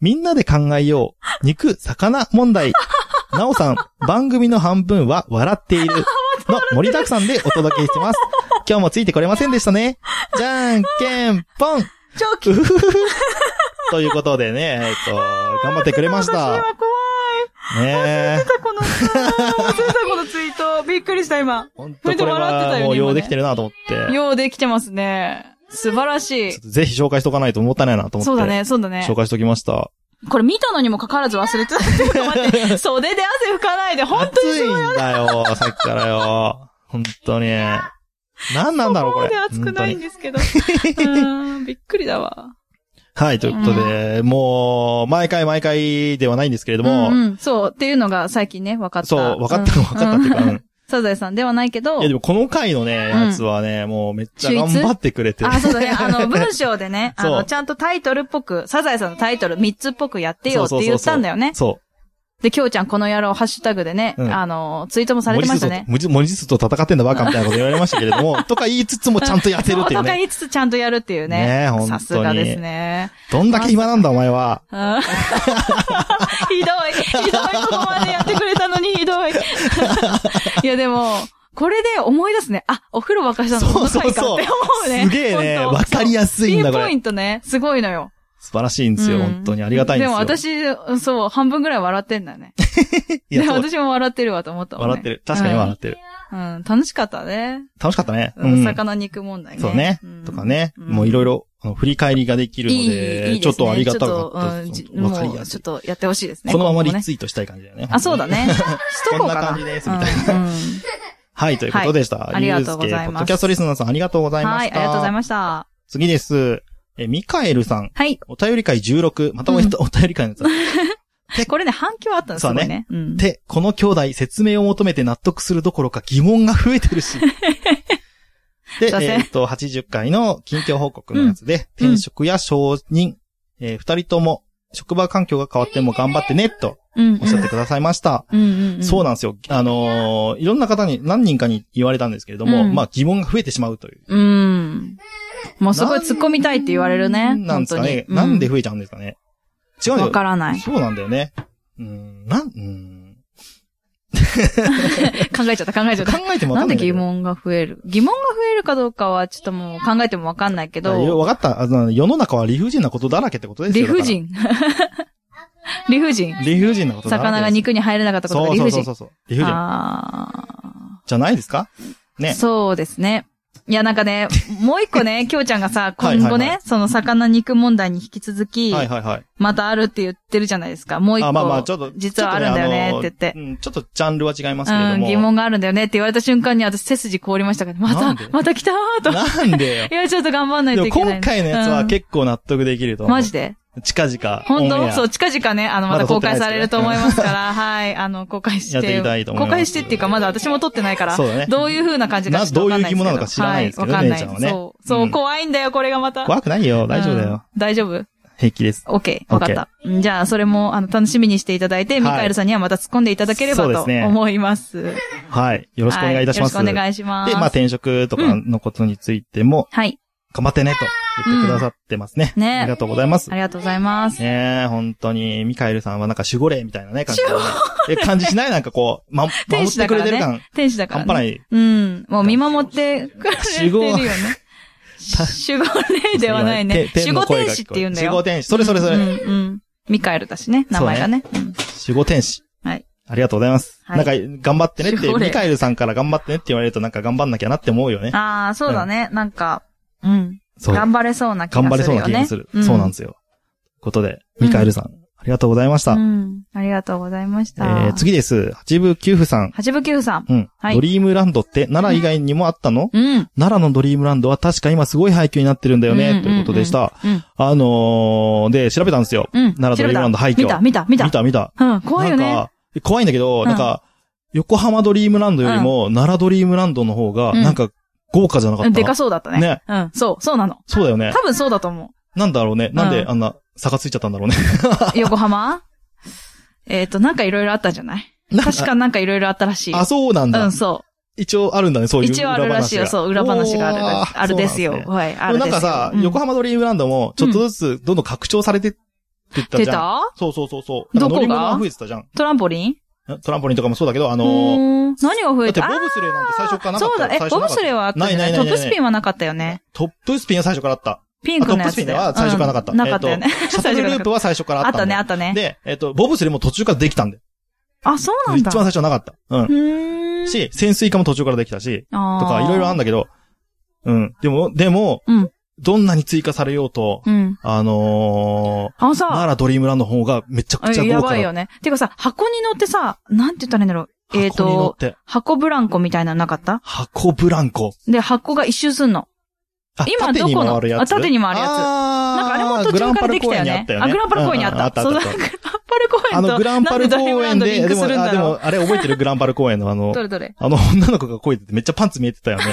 A: みんなで考えよう。肉、魚問題。なおさん、番組の半分は笑っている。の盛りだくさんでお届けしてます。今日もついてこれませんでしたね。じゃんけんぽん
B: 超き
A: うふふふということでね、えっと、頑張ってくれまし
B: 私
A: た。
B: 今怖い。
A: ねえ。
B: この、忘れたこのツイート。びっくりし
A: *laughs*
B: た、今。
A: 本当これはもうようできてるなと思って。
B: ようできてますね。素晴らし
A: ちょ
B: い
A: っ。とぜひ紹介しとかないともったいないなと思って。
B: そうだね、そうだね
A: 紹。介しときました。
B: これ見たのにもかかわらず忘れてたっていうか、待
A: *laughs*
B: って、袖で汗拭かないで、本当に
A: 暑いんだよ、さっきからよ。本当に。何なんだろう、こ
B: そう
A: れ。
B: で暑くないん
A: 本
B: で
A: *laughs*
B: すけど。うーん、びっくりだわ。
A: 当にはい、ということで、もう、毎回毎回ではないんですけれども、
B: うんうん、そう、っていうのが最近ね、分かった。
A: そう、分かったの
B: うん
A: 分かったっていうか、うん
B: サザエさんではないけ
A: い
B: ど
A: や、、でもこの回のね、
B: うん
A: やつはね、もうめっちゃ
B: 秀
A: 頑
B: 逸
A: 張ってくれて。
B: あ、そうだね。あ
A: *laughs*
B: の、文章でね、あ
A: そ
B: の、
A: う
B: ちゃんとタイトルっぽく、サザエさんのタイトル3つっぽくやってよって言ったんだよね。
A: そ
B: で、きょうちゃんこの野郎ハッシュタグでね、
A: うん
B: あの、ツイートも
A: う。
B: されてましたね。
A: 文字数と文字数と戦ってんだバカみたいなこと言われましたけれど
B: *laughs*
A: も、とか言いつつもちゃんとやってるってい
B: そう *laughs* うとか
A: ね。
B: 言いつつちゃんとやるっていうね。
A: ねえ本当に
B: さすがですね。
A: どんだけ暇なんだお前
B: *laughs*
A: は。
B: うんひどい。ひどい。ここまでやってくれたのにひどい。 *laughs* いや、でも、これで思い出すね。あ、お風呂沸かしたのこ
A: そ
B: の
A: うそうそう
B: 回かって思うね。
A: すげえね、
B: 本当
A: わかりやすいんだこ
B: ピンポイ
A: れ。
B: ントね、すごいのよ。
A: 素晴らしいんですよ、
B: うん
A: 本当にありがたいんですよ。
B: でも私、そう、半分ぐらい笑ってんだね。
A: いや
B: で
A: そう
B: 私も笑ってるわと思ったもんね。
A: 笑ってる。確かに笑ってる。
B: うん、うん楽しかったね。
A: 楽しかったね。
B: う
A: うんん。
B: 魚肉問題ね。
A: そうね
B: ん。
A: とかね。
B: ん
A: もういろいろ、あの振り返りができるの
B: いいいいです
A: で
B: ね、
A: ちょっとありがたかったで
B: ち
A: す
B: ょっ。とうん
A: わ
B: じ
A: かり
B: も
A: や
B: う、ち
A: す
B: ょっ
A: い。
B: とやってほしいですね。
A: このまま
B: 今後
A: リ
B: ね
A: ツイートしたい感じだよね。
B: あ、そう
A: *laughs*
B: だね。しとこうかな。
A: こんな感じですみた
B: たいな。
A: はいはい、ということでした。
B: いありがとうござ
A: ゆうす
B: います
A: けポッドキャストリスナーさんありがとうございま
B: は
A: し
B: い、
A: た。
B: ありがとうございました。
A: 次です。え、ミカエルさん。
B: はい。
A: お便り会16。またお便お便り会のやつだ。
B: これね、反響あったんです
A: そ
B: よ
A: うね
B: ね。うん
A: で、この兄弟、説明を求めて納得するどころか疑問が増えてる
B: *laughs*
A: し。で、
B: そうね
A: えっ、と、80回の近況報告のやつで、
B: うん
A: 転職や承認、えー二人とも職場環境が変わっても頑張ってね、と
B: うん
A: おっしゃってくださいました。
B: うんうんうん。
A: そうなんですよ。あのーいろんな方に、何人かに言われたんですけれども、
B: うん
A: まあ疑問が増えてしまうという。
B: うん。もうすごい突っ込みたいって言われるね。
A: なんですかね
B: 本。当に
A: なんで増えちゃうんですかね。違うんだ
B: うんわ
A: よ
B: からない。
A: そうなんだよね。うん、なん、うん。
B: *laughs* 考えちゃった、考えちゃっ
A: 考
B: た。
A: えてもわ
B: な
A: かんな
B: んで
A: いだけ
B: 疑
A: ど。
B: 問が増える疑問が増えるかどうかはちょっともう考えてもわかんないけ
A: いやいや
B: ど、
A: わかった。あの世の中は理不尽なことだらけってことです
B: 理
A: よ。
B: 不尽。 *laughs* 理不尽
A: だ。から。理不尽なことだらけです。
B: 魚が肉に入れなかったことが理不
A: そう
B: 尽
A: そ。うそうそう。理不尽。
B: あ
A: じゃないですか
B: ー
A: ね。
B: そうですね。いや、なんかね、もう一個
A: *laughs*
B: ね、きょうちゃんがさ、
A: はいはい
B: 今後
A: は
B: ね、その魚肉問題に引き続き、
A: はいはいはい。
B: またあるって言ってるじゃないですか。もう一個、
A: あ、まあまあ、ちょっと。
B: 実はあるんだよね
A: ちょ
B: って言って
A: とねあのうん、ちょっとジャンルは違いますけれ
B: う
A: ど
B: ん、
A: も。
B: 疑問があるんだよねって言われた瞬間に私背筋凍りましたから、ま
A: な
B: た
A: んで、
B: また来たーと。
A: なんでよ
B: *laughs* い。や、ちょっと頑張んない
A: で
B: と
A: も
B: いけない。
A: 今回のやつは結構納得できると
B: 構
A: 思う。
B: マジで
A: 近々。
B: 本
A: オンエ
B: 当
A: ア
B: そう、近々ね、あの、ま
A: ま
B: た
A: だ撮っ
B: 公
A: てない
B: 開
A: ですけど
B: されると思います
A: *laughs*
B: から、はい、あの、公開して。
A: やっていきたいと思います
B: 公開してっていうか、まだ私も撮ってないから、
A: そうだね
B: どういう風な感じか
A: な
B: ちょっとわかんないですけど
A: どういう疑問なのか知らないですけどね
B: はい、わ
A: 姉ちゃん
B: か
A: は
B: んな
A: ね
B: い。そう、そうう、
A: ん
B: 怖いんだよ、これがまた。
A: 怖くないよ。大丈夫だ
B: うん
A: よ。。
B: 大丈夫
A: 平気です。
B: オッケー、わかった。うんじゃあ、それも、あの、楽しみにしていただいて、ミカエルさんにはまた突っ込んでいただければ
A: そうで
B: と
A: すね
B: 思います。よ
A: はい。よろしくお願いいたします。
B: よろしくお願いします。
A: で、まあ転職とかのことについても、
B: はい。
A: 頑張ってねと言ってくださってますね。
B: うんね
A: ありがとうございます
B: あ。りがとうございます。
A: ねえ、本当に、ミカエルさんはなんか守護霊みたいなね、感じ、ね。え、感じしないなんかこう、ま、守
B: *laughs* 天
A: っ
B: 使だ
A: て
B: か
A: くれ
B: ら
A: てる
B: ね
A: 感。。
B: 天使だから、
A: 半
B: ね。
A: 端ない。
B: うん。もう見守ってくれてるよね。守護霊ではないね。守護天使って言うんだよ。
A: 守護天使。それそれそれ。
B: うん、うん。ミカエルだしね、名前がね。うん
A: 守護天使。
B: はい。
A: ありがとうございます。
B: はい
A: なんか、頑張ってねっ
B: 守
A: て、
B: 護霊
A: ミカエルさんから頑張ってねって言われるとなんか頑張んなきゃなって思うよね。
B: ああ、そうだね。なんか、うん。
A: そう。
B: 頑張れそうな気がす
A: 頑
B: るよね。
A: 張れそうな気がする。そうなんですよ。ことで、ミカエルさん、ありがとうございました。
B: うん。ありがとうございまし
A: え
B: た。
A: ー次です。八部九夫さん。
B: 八部九夫さん。
A: うん。
B: はい
A: ドリームランドって奈良以外にもあったの、
B: うん。
A: 奈良のドリームランドは確か今すごい廃墟になってるんだよね、
B: うんうんうん
A: ということでした。
B: うん。
A: あのー、で、調べたんですよ。
B: うん。
A: 奈良ドリームランド廃墟。
B: 見た、見た、見た。
A: 見た、見た。
B: うん。怖い
A: な
B: よ
A: ん
B: ね。
A: か、怖いんだけど、
B: うん
A: なんか、横浜ドリームランドよりも、奈良ドリームランドの方が、
B: うん
A: なんか、豪華じゃなかった、
B: でかそうだったね。
A: ね
B: うん。そう、そうなの。
A: そうだよね。
B: 多分そうだと思
A: なんだろうね。なんで
B: うん
A: あんな、差がついちゃったんだろうね。
B: う。横浜えっと、なんかいろいろあったんじゃない
A: なん
B: *laughs* 確かなんかいろいろあったらし
A: *laughs*
B: い。
A: あ、そうなんだ。
B: うん、そ
A: 一応あるんだね、そういう
B: 一応あるらしいよ、そう、裏話が
A: お
B: ある。
A: ー
B: あるです
A: そう
B: よ。
A: なん
B: はい、あ
A: で
B: る
A: もなん
B: ですよ。
A: かさ、
B: うん
A: 横浜ドリームランドも、ちょっとずつどんどん拡張されてってった
B: 出
A: じゃん。
B: た
A: そうそうそうそう。なんか乗り
B: どこ
A: 物
B: が
A: が増えてたじゃん。
B: トランポリン
A: トランポリンとかもそうだけど、あ
B: う
A: のー、
B: ーん何が増
A: だ
B: え
A: って
B: た
A: ボブスレーなんて最初からなかっ
B: そう
A: た
B: だ
A: よ、
B: え、
A: 最初
B: ボ
A: なか
B: ブ
A: った
B: スレーはあったじゃ
A: ない
B: な
A: な
B: い
A: い
B: ト
A: ない
B: ッ
A: ない
B: プスピンはなかったよね。
A: トップスピンは最初からあ
B: *laughs*
A: った。
B: ピンク
A: あト
B: の
A: ッ
B: や
A: プスピ
B: つ
A: ン
B: だ
A: で
B: よ。
A: は最初からなかった。
B: うんなかったよね
A: え。とシャトルループは最初からあ
B: あ
A: っ
B: ったた
A: ん
B: ね、
A: だ
B: あ
A: よ。
B: ったね。
A: で、えっと、ボブスレーも途中からできたんだよ。
B: あ、そうなん
A: 一
B: だ。
A: 番最初はなかった。う。
B: うんーん。
A: し、潜水艦も途中からできたし、
B: と
A: とかいろいろあるん
B: だ。
A: だけど、うん。でも、でも、
B: うん
A: どんなに追加されようと、
B: うん。
A: あの
B: あ、
A: ー、
B: さ、
A: 奈良ドリームランドの方がめちゃくちゃ
B: や
A: 豪華
B: ばい
A: だ。
B: よね。てかさ、箱に乗ってさ、なんて言ったらいいんだろう。えっ
A: 箱に乗っ
B: と、
A: て、
B: 箱ブランコみたいなのなかった
A: 箱ブランコ。
B: で、箱が一周すんの。
A: あ
B: 今
A: 縦に回るやつ
B: どこのあ縦に回るやつ
A: あー
B: なんかあれも途中からできたよね。あ、グランパル公園にあった。
A: うん
B: そ
A: あ
B: うだ、
A: ったあ
B: グラ
A: っ
B: ン
A: た
B: パル公園と。
A: あの、グランパル公
B: な
A: 園
B: んドリームランドリ
A: で、
B: ンク
A: ですも、
B: るん
A: あ、
B: だ
A: で
B: ろう
A: も、あれ覚えてるグランパル公園のあの
B: ど、れどれ。
A: あの、女の子が声出てめっちゃパンツ見えてたよね。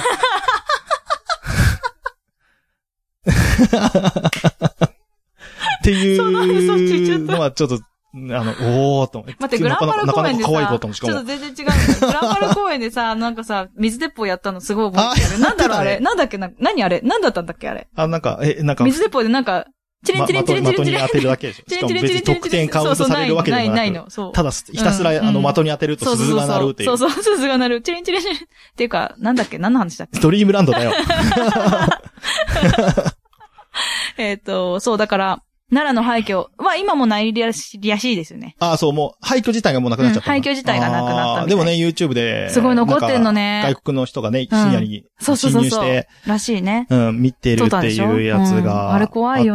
A: ってい
B: その辺そっち行っちゃ
A: う
B: った
A: のはちょっと、あの、おーっと思って。
B: 待って、グランパル公園で
A: なかなか可
B: さ、
A: 愛い子だったもん、し
B: ち
A: か
B: ょっ
A: も
B: と。全然違う。グランパル公園でさ、なんかさ、水鉄砲やったのすごい覚えてる。
A: あ
B: なんだろうあ
A: やってたね
B: れ。なんだっけな、何あれなんだったんだっけあれ。
A: あ、なんか、え、なんか、
B: 水鉄砲でなんか、チリンチリンチリンチ
A: ま
B: リン
A: と
B: チ
A: に
B: リン。
A: 当てるだけでしょ。
B: チ
A: し
B: リ
A: か
B: ンチ
A: も
B: リン
A: 別に
B: チリンチリン
A: 得点カウントされるわけでも
B: そうそうな
A: ないく。
B: の、そう。
A: ただ、ひたすら、
B: うん
A: あの、
B: うん
A: 的に当てると
B: そうそう
A: 鈴
B: そう
A: が鳴るってい
B: そうう。そう、鈴が鳴る。チリンチリンチリン。っていうか、なんだっけ何の話だっけ
A: ドリームランドだよ。
B: えっと、そう、だから、奈良の廃墟は今もないらしらしいですよね。
A: ああ、そう、もう、廃墟自体がもうなくなっちゃったんだ。
B: うん廃墟自体がなくなったみたい
A: あーでもね、YouTube で。
B: すごい残ってんのね
A: なんか外国の人がね、
B: うん
A: 深夜に
B: そうそう
A: 侵
B: そ
A: 入し
B: うそう
A: て、
B: らしいね。
A: うん、見てる
B: 撮っ
A: ったて
B: でし
A: い
B: ょ
A: うやつが。
B: うんあれ怖いよ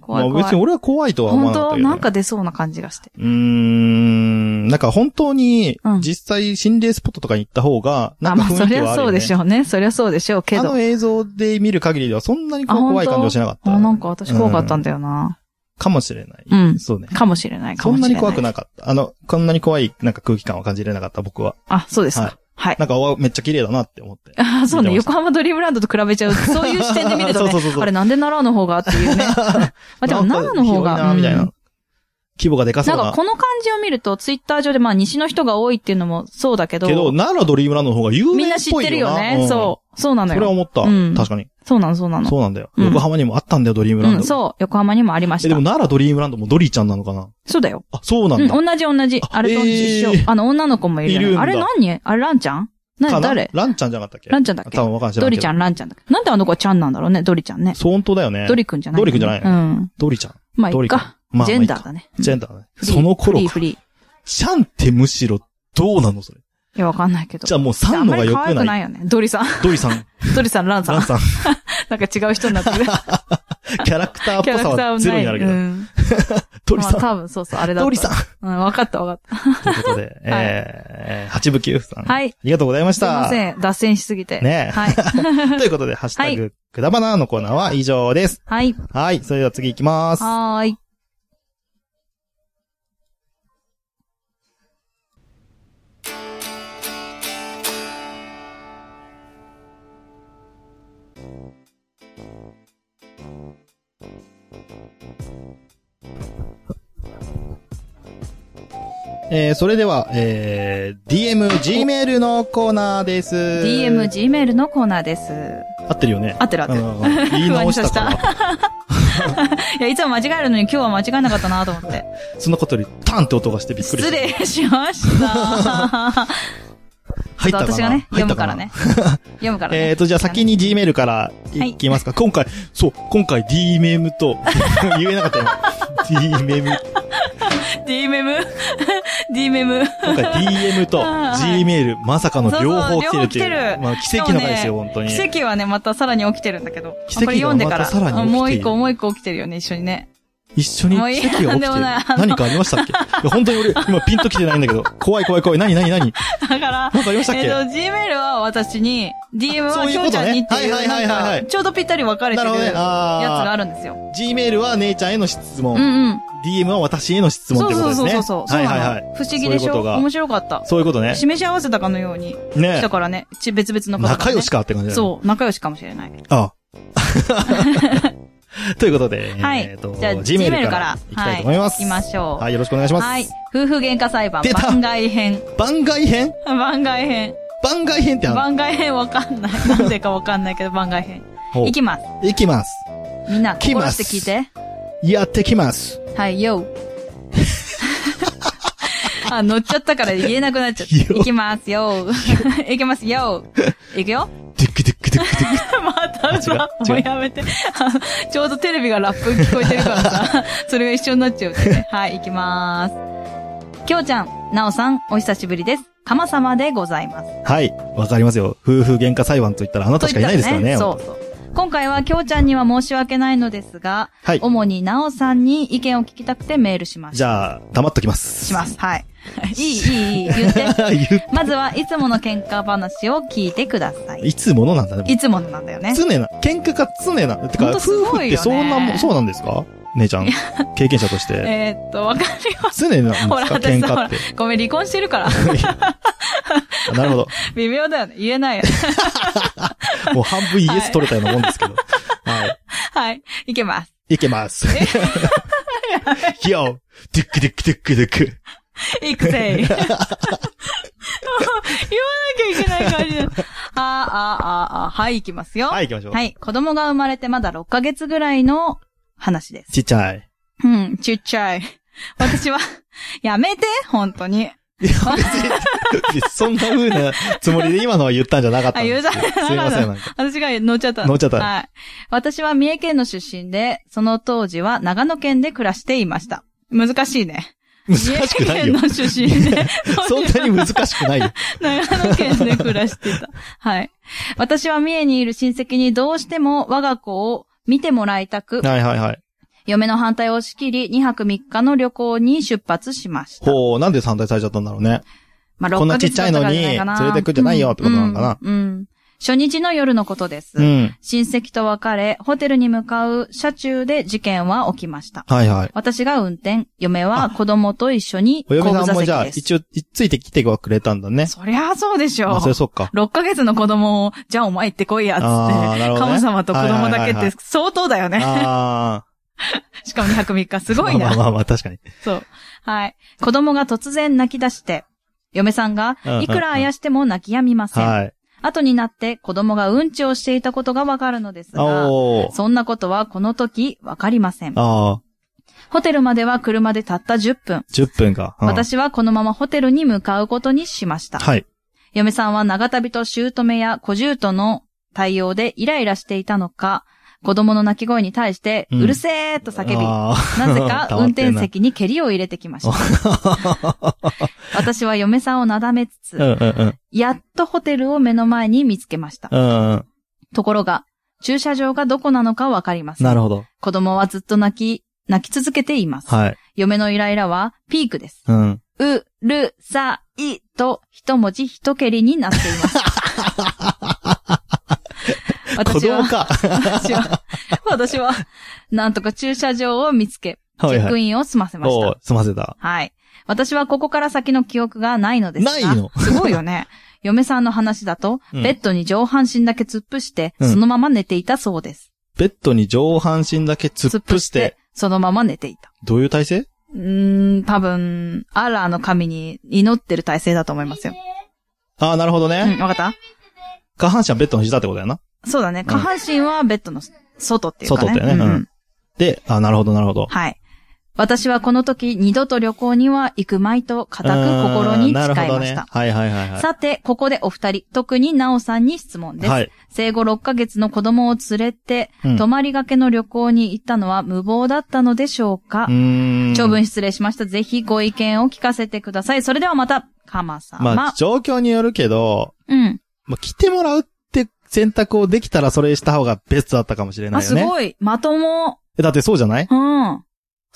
A: あったけど
B: 怖い怖い
A: まあ別に俺は怖いとは思わ
B: 本
A: なかった
B: 当
A: けどね。
B: なんか出そうな感じがして。
A: うーん、なんか本当に
B: うん、
A: 実際心霊スポットとかに行った方が、な
B: あ、
A: んか
B: まあ、
A: 雰
B: そ
A: 囲
B: り
A: 気は
B: ゃ
A: ある
B: そう
A: よ
B: で
A: ね。
B: しょうね。そりゃそうでしょうけ
A: あ
B: ど
A: の。映像で見る限りではそんなにこう
B: あ本当
A: 怖い感じはしなかった。
B: あなんか私怖かったんだよな。
A: かもしれない。
B: うん
A: そうね。
B: かもしれない、か
A: そ
B: も
A: ん
B: し
A: な
B: れな
A: に
B: い。
A: 怖くなかった。あの、こんなに怖い、なんか空気感は感じれなかった、僕は。
B: あ、そうです
A: はい
B: か。はい。
A: なんか、わめっちゃ綺麗だなって思って。
B: ああ、そう
A: 見
B: ね。
A: て
B: 横浜ドリームランドと比べちゃう。そういう視点で見ると
A: *laughs*
B: ね。
A: そうそうそうそう
B: あれなんで奈良の方がっていう
A: *laughs*
B: ね。まあでも奈良の方が。
A: 広いなみたいな
B: うん。
A: 規模がでかそ
B: な
A: うん
B: か
A: な。
B: この感じを見ると、ツイッター上でまあ西の人が多いっていうのもそうだけど、
A: けど、奈良ドリームランドの方が有
B: み
A: 名っ
B: んな知っ
A: ぽい
B: てる
A: よ
B: よ
A: な。
B: ね。
A: うん
B: そう。そうなの
A: それは
B: よ。
A: 思った。
B: うん
A: 確かに。
B: そうなの、そうなの。
A: そうなんだよ。
B: うん
A: 横浜にもあったんだよ、ドリームラン
B: う
A: ド。
B: ん、そう。横浜にもありまし
A: え、で
B: た
A: も。奈良ドリームランドもドリーちゃんなのかな
B: そうだよ。
A: あ、そうな
B: うんん、
A: だ。
B: 同じ同じ。あれと一緒。
A: えー
B: あの、女の子もいるよね
A: いるんだ
B: あれ何あれ、ランちゃん
A: か
B: 何
A: な
B: 誰
A: ランちゃんじゃなかったっけ
B: ランちゃんだっけ
A: 多分わかんない。
B: ドリちゃ
A: ん。
B: ん、ランちゃんだっけなんであの子はちゃんなんだろうね、ドリちゃんね。
A: そう、本当だよね。
B: ドリくんじゃない、
A: ドリくんじゃない
B: ね。うん。
A: ドリちゃん。
B: まあ、
A: ド
B: い
A: リ
B: っ
A: くん
B: か。
A: まあまあ
B: ジェンダーだね。
A: ジェ
B: ン
A: ンダーだね。その頃
B: フリー、
A: か。
B: フリー。
A: シャンってむしろ、どうなのそれ。
B: いや、わかんないけど。
A: じゃあもう
B: あ
A: 3
B: ん
A: の
B: ま
A: が
B: り
A: 良
B: 可
A: く
B: 愛く
A: な
B: ないいよね。ドリさん。 *laughs*
A: ドリさん、
B: ドリさん、ランさ
A: ラン *laughs*
B: ん。
A: さん、
B: なんか違う人になってる。
A: キャラクターっ
B: キャ
A: ぽ
B: ラ
A: さ
B: クター
A: は
B: は
A: ゼロ
B: な
A: に
B: い。
A: なるけ
B: う
A: ど。
B: ん。
A: ドリ
B: ま
A: さ
B: あ、
A: ん、
B: 多分そうそう、あれだった。
A: ドリさん。
B: うん、わかったわかっ
A: と
B: た。
A: いう *laughs* ことで、えー、八部九夫さん。
B: はい
A: ありがとうございまし
B: すい
A: た。
B: ません。脱線しすぎて。
A: ねえ *laughs*
B: はい。
A: ということで、ハッシュタグ、くだばなのコーナーは以上です。
B: はい。
A: はい、それでは次行きます。
B: はーい。
A: えー、それでは、えー、DM、Gmail のコーナーです。
B: DM、Gmail のコーナーです。
A: 合ってるよね。
B: 合ってる合ってる。
A: うんうんうん言い直した *laughs* か
B: 不
A: ら、
B: いや、いつも間違えるのに今日は間違えなかったなと思
A: *laughs*
B: って。
A: そんなことより、タンって音がしてびっくりした
B: 失。礼し
A: *laughs*
B: ました。
A: 入ったかな
B: 私がね、
A: 入
B: 読
A: っ
B: む
A: た
B: から
A: な *laughs*
B: ね。読むからね。
A: えーと、じゃあ先に Gmail からいきますか。今回、そう、今回 DMM と、 *laughs* 言えなかったよ。DMM、
B: D メム *laughs* ?D メム。
A: 今回 DM と
B: はい
A: Gmail、まさかの両方来てるって
B: そうそう両方
A: い
B: 来て
A: う。
B: る
A: まあ奇跡の回ですよ、
B: で
A: 本当に。
B: 奇跡はね、またさらに起きてるんだけど。
A: 奇跡が
B: これ読んでから。
A: またさらに起きている
B: もう一個、もう一個起きてるよね、一緒にね。
A: 一緒に奇跡が起きてい
B: もうい
A: る
B: いなんでもない
A: 何かありましたっけいや本当に俺、今ピンと来てないんだけど、怖い怖い怖い、何何何
B: だから、
A: なんかありましたっけ
B: えっ、と、Gmail は私に、DM
A: あ
B: は
A: そうい
B: き
A: う
B: ょ
A: こと
B: うちゃんに
A: ね
B: っていう、
A: はいはいはいはいはい
B: なんか、ちょうどぴったり分かれて
A: な
B: る
A: るほどね
B: やつ
A: あー
B: があるんですよ。
A: ?Gmail は姉ちゃんへの質問、
B: うんうん。
A: DM は私への質問っ
B: そう
A: てこと
B: そ
A: です
B: うそう
A: ね。
B: そうそう。そう
A: はい
B: なの
A: はいはい。
B: 不思議でし
A: そういうこと
B: ょ
A: が
B: 面白かった。
A: そういうことね。
B: 示し合わせたかのように来
A: ね
B: たからね。ち別々の方、ね。
A: 仲良しかって感じだね。
B: そう、仲良しかもしれない。
A: あ
B: *laughs*
A: あということで、
B: はい。
A: えっと、
B: じゃあ、
A: Gmail
B: Gmail
A: か
B: からら
A: 行、きたいと思います。
B: はい、行きましょう。
A: はい、よろしくお願いします。
B: はい。夫婦喧嘩裁判
A: 出、た
B: 番外編。
A: 番外編
B: 番外編。
A: 番外編ってあ
B: 番外編わか
A: *laughs*
B: んない。なんでかわかんないけど、番外編。
A: の
B: いきます。
A: いきます。
B: みんな、
A: きま
B: 心
A: す
B: して聞いて。
A: やってきます。
B: はい、
A: *laughs*
B: よう。あ、乗っちゃったから言えなくなっちゃった。
A: よう
B: いきます、よう。 *laughs* いきます、よう。いくよ。
A: ドゥクドゥクドゥクドゥ
B: *laughs* また
A: あ
B: 歌
A: 違う違う
B: もうやめて。 *laughs* あちょうどテレビがラップ聞こえてるから
A: *laughs*
B: さ、それが一緒になっちゃうってね。はい、いきまーす。きょうちゃん、なおさん、お久しぶりです。かまさまでござい *laughs* ます。
A: ク。はい、わかりますよ。夫婦喧嘩裁判と言ったらあなたしかいないですからね。
B: そうそう。今回はきょうちゃんには申し訳ないのですが、
A: はい
B: 主になおさんに意見を聞きたくてメールしました。
A: じゃあ、黙っときます。
B: します。はい。 *laughs* いい、いい、いい、言って。
A: *laughs* 言う
B: まずはいつもの喧嘩話を聞いてください。
A: いつものなんだね。
B: いつものなんだよね。
A: 常な。喧嘩が常な。てか、
B: ほんとす
A: 夫
B: ご
A: 婦っ
B: いよね
A: てそんなもん、そうなんですか姉ちゃん、経験者として。
B: えーっと、わかります。
A: 常なんですか
B: *laughs* ほら、
A: 喧
B: 私さ、ほ
A: 嘩っ
B: ら
A: て。、
B: ごめん、離婚してるから。
A: *laughs* なるほど。
B: 微妙だよね。言えないよね。
A: もう半分イエス取れたようなもんですけど。はい。
B: *laughs* はい。いけます。
A: いけます。よドゥックドゥックドゥックドゥック。
B: いくぜい。 *laughs* もう言わなきゃいけない感じだ。あーあー、あーあー、はい、いきますよ。
A: はい、行きましょう。
B: はい。子供が生まれてまだ6ヶ月ぐらいの話です。
A: ちっちゃい。
B: うん、ちっちゃい。私は、 *laughs* やめて、本当
A: い
B: に。
A: や、別に、そんな風なつもりで今のは言ったんじゃなかったんですよ。
B: あ言うじゃ
A: すいません、なんか。
B: 私が乗っちゃった。
A: 乗っちゃった
B: はい。私は三重県の出身で、その当時は長野県で暮らしていました。難しいね。
A: *laughs* 難
B: 三重
A: しくない
B: 県
A: よ、
B: の。出身で
A: そんなに難しくないよ。
B: *laughs* 長野県で暮らしてた。はい。私は三重にいる親戚にどうしても我が子を見てもらいたく、
A: はいはいはい。
B: 嫁の反対を押し切り2泊3日の旅行に出発しました。
A: ほう、なんで反対されちゃったんだろうね。
B: まあ、
A: こんな
B: 6ヶ月だったからじゃないかな
A: ちっちゃいのに連れてくんじゃないよってことなのかな
B: うん。うんうん初日の夜のことです。
A: うん。
B: 親戚と別れ、ホテルに向かう車中で事件は起きました。
A: はいはい。
B: 私が運転、嫁は子供と一緒に
A: お
B: 後
A: 嫁
B: 部
A: さん
B: 座
A: もじゃあ、
B: 席です。
A: 一応、いついてきてはくれたんだね。
B: そりゃあそうでしょ
A: あ、
B: う
A: そ。れそっか。
B: 6ヶ月の子供を、じゃあお前行ってこいや、つ
A: あーな
B: って、
A: るほどね
B: カモ様と子供だけ
A: はいはいはいは
B: っ
A: い
B: て相当だよね。
A: ああ。
B: しかも2泊3日、すごい
A: まあ
B: な。
A: まあまあ、確かに。
B: そう。はい。子供が突然泣き出して、嫁さんが
A: うんうんう、ん
B: いくらあやしても泣き止みません。
A: はい。
B: 後になって子供がうんちをしていたことがわかるのですが、
A: おー。
B: そんなことはこの時わかりません。
A: ああ、
B: ホテルまでは車でたった10分。
A: 10分か。うん
B: 私はこのままホテルに向かうことにしました。
A: はい。
B: 嫁さんは長旅と姑や小姑の対応でイライラしていたのか、子供の泣き声に対して、
A: うん
B: うるせーと叫び、
A: あー
B: なぜ
A: *laughs*
B: か
A: 溜ま
B: 運
A: って
B: 転
A: んな
B: 席に蹴りを入れてきました。私は嫁さんをなだめつつ、
A: うんうんうん。
B: やっとホテルを目の前に見つけました。
A: うんうん。
B: ところが、駐車場がどこなのかわかりません。
A: なるほど。
B: 子供はずっと泣き、泣き続けています。
A: はい。
B: 嫁のイライラはピークです。
A: うん。
B: う、る、さ、いと、一文字一蹴りになってい
A: *laughs*
B: ます。
A: 子
B: 私
A: 供
B: は、 *laughs*
A: か。
B: 私は、私は、なんとか駐車場を見つけ、チ
A: はい
B: ェッ
A: は
B: ク
A: い。
B: インを済ませまし
A: おー
B: た。
A: 済ませた。
B: はい。私はここから先の記憶がないのですが。
A: ないの
B: すごい
A: *laughs*
B: よね。嫁さんの話だと、
A: うん
B: ベッドに上半身だけ突っ伏して、
A: うん
B: そのまま寝ていたそうです。
A: ベッドに上半身だけ突っ伏して、、
B: そのまま寝ていた。
A: どういう体勢
B: うーん、多分、アラーの神に祈ってる体勢だと思いますよ。
A: ああ、なるほど
B: う
A: ね。
B: ん、わかった
A: 下半身はベッドの下ってことやな。
B: そうだね。下半身はベッドの外っていうかね。
A: 外だよね
B: うんうん
A: うんで、あーなるほど、なるほど。
B: はい。私はこの時、二度と旅行には行くまいと固く心
A: うーん
B: に誓いま
A: なるほど
B: し
A: ね
B: た。
A: はいはいはいはい。
B: さて、ここでお二人、特になおさんに質問です。
A: はい。
B: 生後6ヶ月の子供を連れて、
A: うん
B: 泊まりがけの旅行に行ったのは無謀だったのでしょうか
A: う、ーん。
B: 長文失礼しました。ぜひご意見を聞かせてください。それではまた、かまさま。
A: まあ、状況によるけど、
B: うん。
A: まあ、来てもらうって選択をできたらそれした方がベストだったかもしれな
B: あ、
A: いよ
B: す
A: ね。
B: ごい。まとも。
A: えだってそうじゃない
B: うん。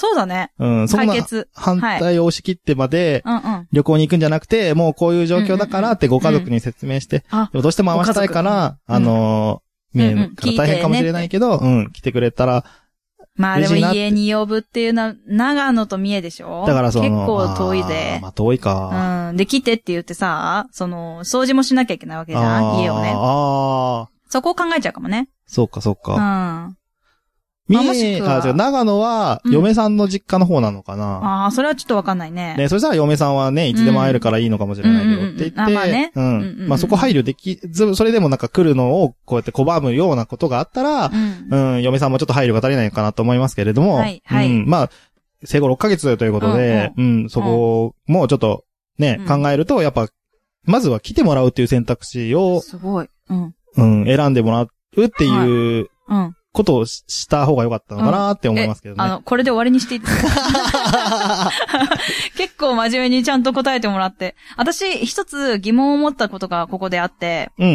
B: そうだね。
A: うん、そんな
B: 解決。
A: 反対を押し切ってまで、
B: うんうん。
A: 旅行に行くんじゃなくて、もうこういう状況だからってご家族に説明して、
B: あ、
A: でもどうしても会わせたいから、
B: ご家
A: あ
B: 族
A: のー、
B: うん
A: 見え
B: うん
A: るから大変かもしれないけど、うん、来てくれたら、
B: まあで
A: 嬉
B: も
A: しいなって
B: 家に呼ぶっていうのは、長野と三重でしょ
A: だからその、
B: 結構遠い
A: あー
B: で
A: ま。あ遠いか。
B: うん。で、来てって言ってさ、その、掃除もしなきゃいけないわけじゃ
A: あ
B: ん
A: ー
B: 家をね。
A: ああ、
B: そこを考えちゃうかもね。
A: そうかそう
B: う
A: か。
B: ん。
A: 三
B: まあもし
A: 重、
B: くは
A: あ、じゃあ長野は、
B: うん
A: 嫁さんの実家の方なのかな。
B: ああ、それはちょっとわかんないね。
A: ね、そしたら嫁さんはね、いつでも会えるからいいのかもしれないけどって言って、
B: うんうんうんうんあまあね
A: う
B: うんうんうん
A: ん。まあそこ配慮できず、それでもなんか来るのをこうやって拒むようなことがあったら
B: う、ん。
A: うん、嫁さんもちょっと配慮が足りないかなと思いますけれども、
B: はいはい
A: うん、まあ、生後6ヶ月ということで、うん、そこもちょっとね、
B: うん
A: 考えると、やっぱ、まずは来てもらうっていう選択肢を、
B: すごい。うん。
A: うん、選んでもらうっていう
B: うん。
A: ことをしした方が良かったのかなって思いますけど
B: あ
A: ね。
B: の、これで終わり
A: *laughs*
B: にしていいですか結構真面目にちゃんと答えてもらって。私、一つ疑問を持ったことがここであって、
A: うん。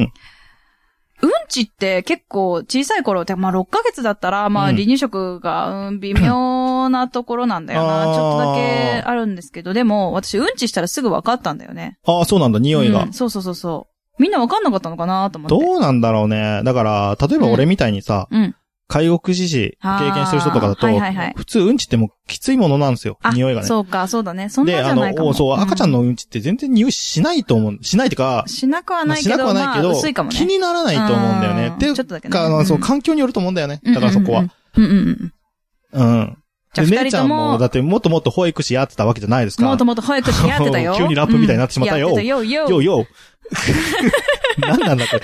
B: うんちって結構小さい頃って、まあ6ヶ月だったら、まあ
A: うん
B: 離乳食が、うん、微妙なところなんだよ
A: あ
B: な。
A: ー
B: ちょっとだけあるんですけど、でも私うんちしたらすぐ分かったんだよね。
A: ああ、そうなんだ、匂いが。
B: うんそうそうそうそう。みんな分かんなかったのかなと思って。
A: どうなんだろうね。だから、例えば俺みたいにさ、
B: うん。
A: 介護福祉士経験してる人とかだと、
B: あーはいはいはい
A: 普通うんちってもうきついものなんですよ。
B: あ、
A: 匂いがね。
B: そうか、そうだね。そん
A: で、
B: なじ
A: あ
B: ゃないか
A: の、
B: も。
A: そう、赤ちゃんのうんちって全然匂いしないと思う。しないっていうか、
B: しなくは
A: まあ
B: ないけど、
A: しなくはないけど、
B: まあ、薄いかもね。
A: 気にならないと思うんだよね。
B: うん
A: っていう
B: ちょっとだけね
A: か、あ
B: う
A: の、
B: ん
A: そう、環境によると思うんだよね。だからそこは。
B: うんうんうん。うんうんうん
A: うん。
B: じゃあ
A: で
B: 二
A: 姉ち
B: 人
A: ゃ
B: と
A: ん
B: も
A: も、だってもっともっと保育士やってたわけじゃないですか。
B: もっともっと保育士やってたよ。
A: *laughs* 急にラップみたいになってしまったよ
B: うんやってよ、よ。
A: ようよ
B: *laughs*
A: う。何なんだこれ。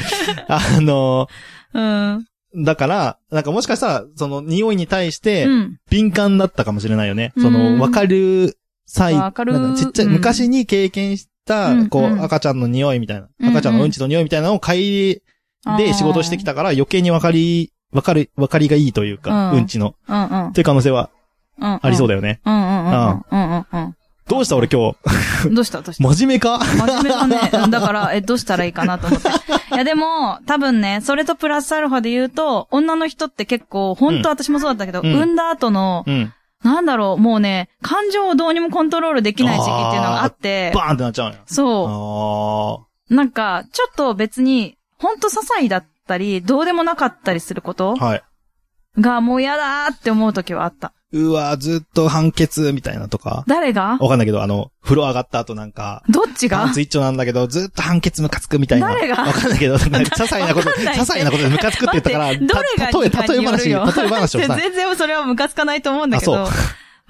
A: あの、
B: うん。
A: だから、なんかもしかしたら、その匂いに対して
B: う、ん。
A: 敏感だったかもしれないよね。
B: うん
A: その、わかる際、
B: わかる
A: なんだちっちゃい、
B: うん
A: 昔に経験した、
B: うん
A: こ
B: う
A: う、
B: ん
A: 赤ちゃんの匂いみたいな、
B: うんうん
A: 赤ちゃんのうんちの匂いみたいなのを嗅いで仕事してきたから余計にわかり、わかる、わかりがいいというか、
B: う
A: うんん、ちの。
B: うんうん。
A: という可能性は
B: うんうん。
A: ありそう
B: だ。
A: だよね。
B: うんうんうんうん。うんうん
A: どうした俺今日。
B: うん。どうした
A: *laughs*
B: どうした
A: 真面目か
B: 真面目だね。うんだから、え、どうしたらいいかなと思って。いや、でも、多分ね、それとプラスアルファで言うと、女の人って結構、本当私もそうだったけど、
A: うん
B: 産んだ後の、
A: うん。
B: なんだろう、もうね、感情をどうにもコントロールできない時期っていうのがあって、
A: バーンってなっちゃうんや。
B: そう。
A: あ
B: なんか、ちょっと別に、ほんと些細だったり、どうでもなかったりすること
A: あ。はい。
B: が、もう嫌だーって思う時はあった。
A: うわ、ずっと判決みたいなとか。
B: 誰が
A: わかんないけど、あの、風呂上がった後なんか、
B: どっち
A: パ
B: が
A: ンツ一丁なんだけど、ずっと判決ムカつくみたいな。
B: 誰が
A: わかんないけ
B: *laughs*
A: ど、 *laughs* なんか些細なこと、
B: わか
A: 些
B: んない
A: 細なことでムカつくって言ったから、
B: 待ってど
A: た
B: れが
A: 例え、例え話、
B: に
A: 例
B: よるよ
A: え話をさ。
B: *laughs* 全然それはムカつかないと思うんだけど。
A: あ
B: わ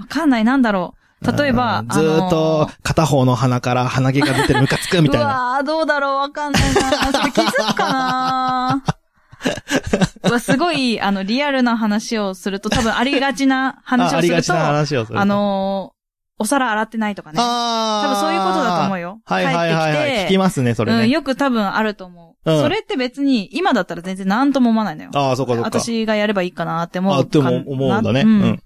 B: かんない、なんだろう。例えば
A: う、んずーっ
B: あの
A: と
B: ー、
A: 片方の鼻から鼻毛が出てムカつくみたいうな。
B: わー、 *laughs* どうだろう、わかんないなそれ気づくか
A: *laughs*
B: なうわ、すごい、あの、リアルな話をすると、多分ありがちな話
A: あ
B: を
A: あ
B: す
A: り
B: る
A: がち
B: と、
A: な
B: あ
A: 話をすると。
B: のー、お皿洗ってないとかね。
A: あ
B: 多分そういうことだと思う
A: よ。
B: よ。
A: はいはいはい、はい
B: 帰ってきて
A: 聞きますね、それね。
B: うん、よく多分あると思う。
A: うん
B: それって別に、今だったら全然何とも思わないのよ。
A: ああ、そうかそうか。
B: 私がやればいいかなって思う
A: あ、でも思うんだね。
B: か
A: う
B: なうん
A: ん。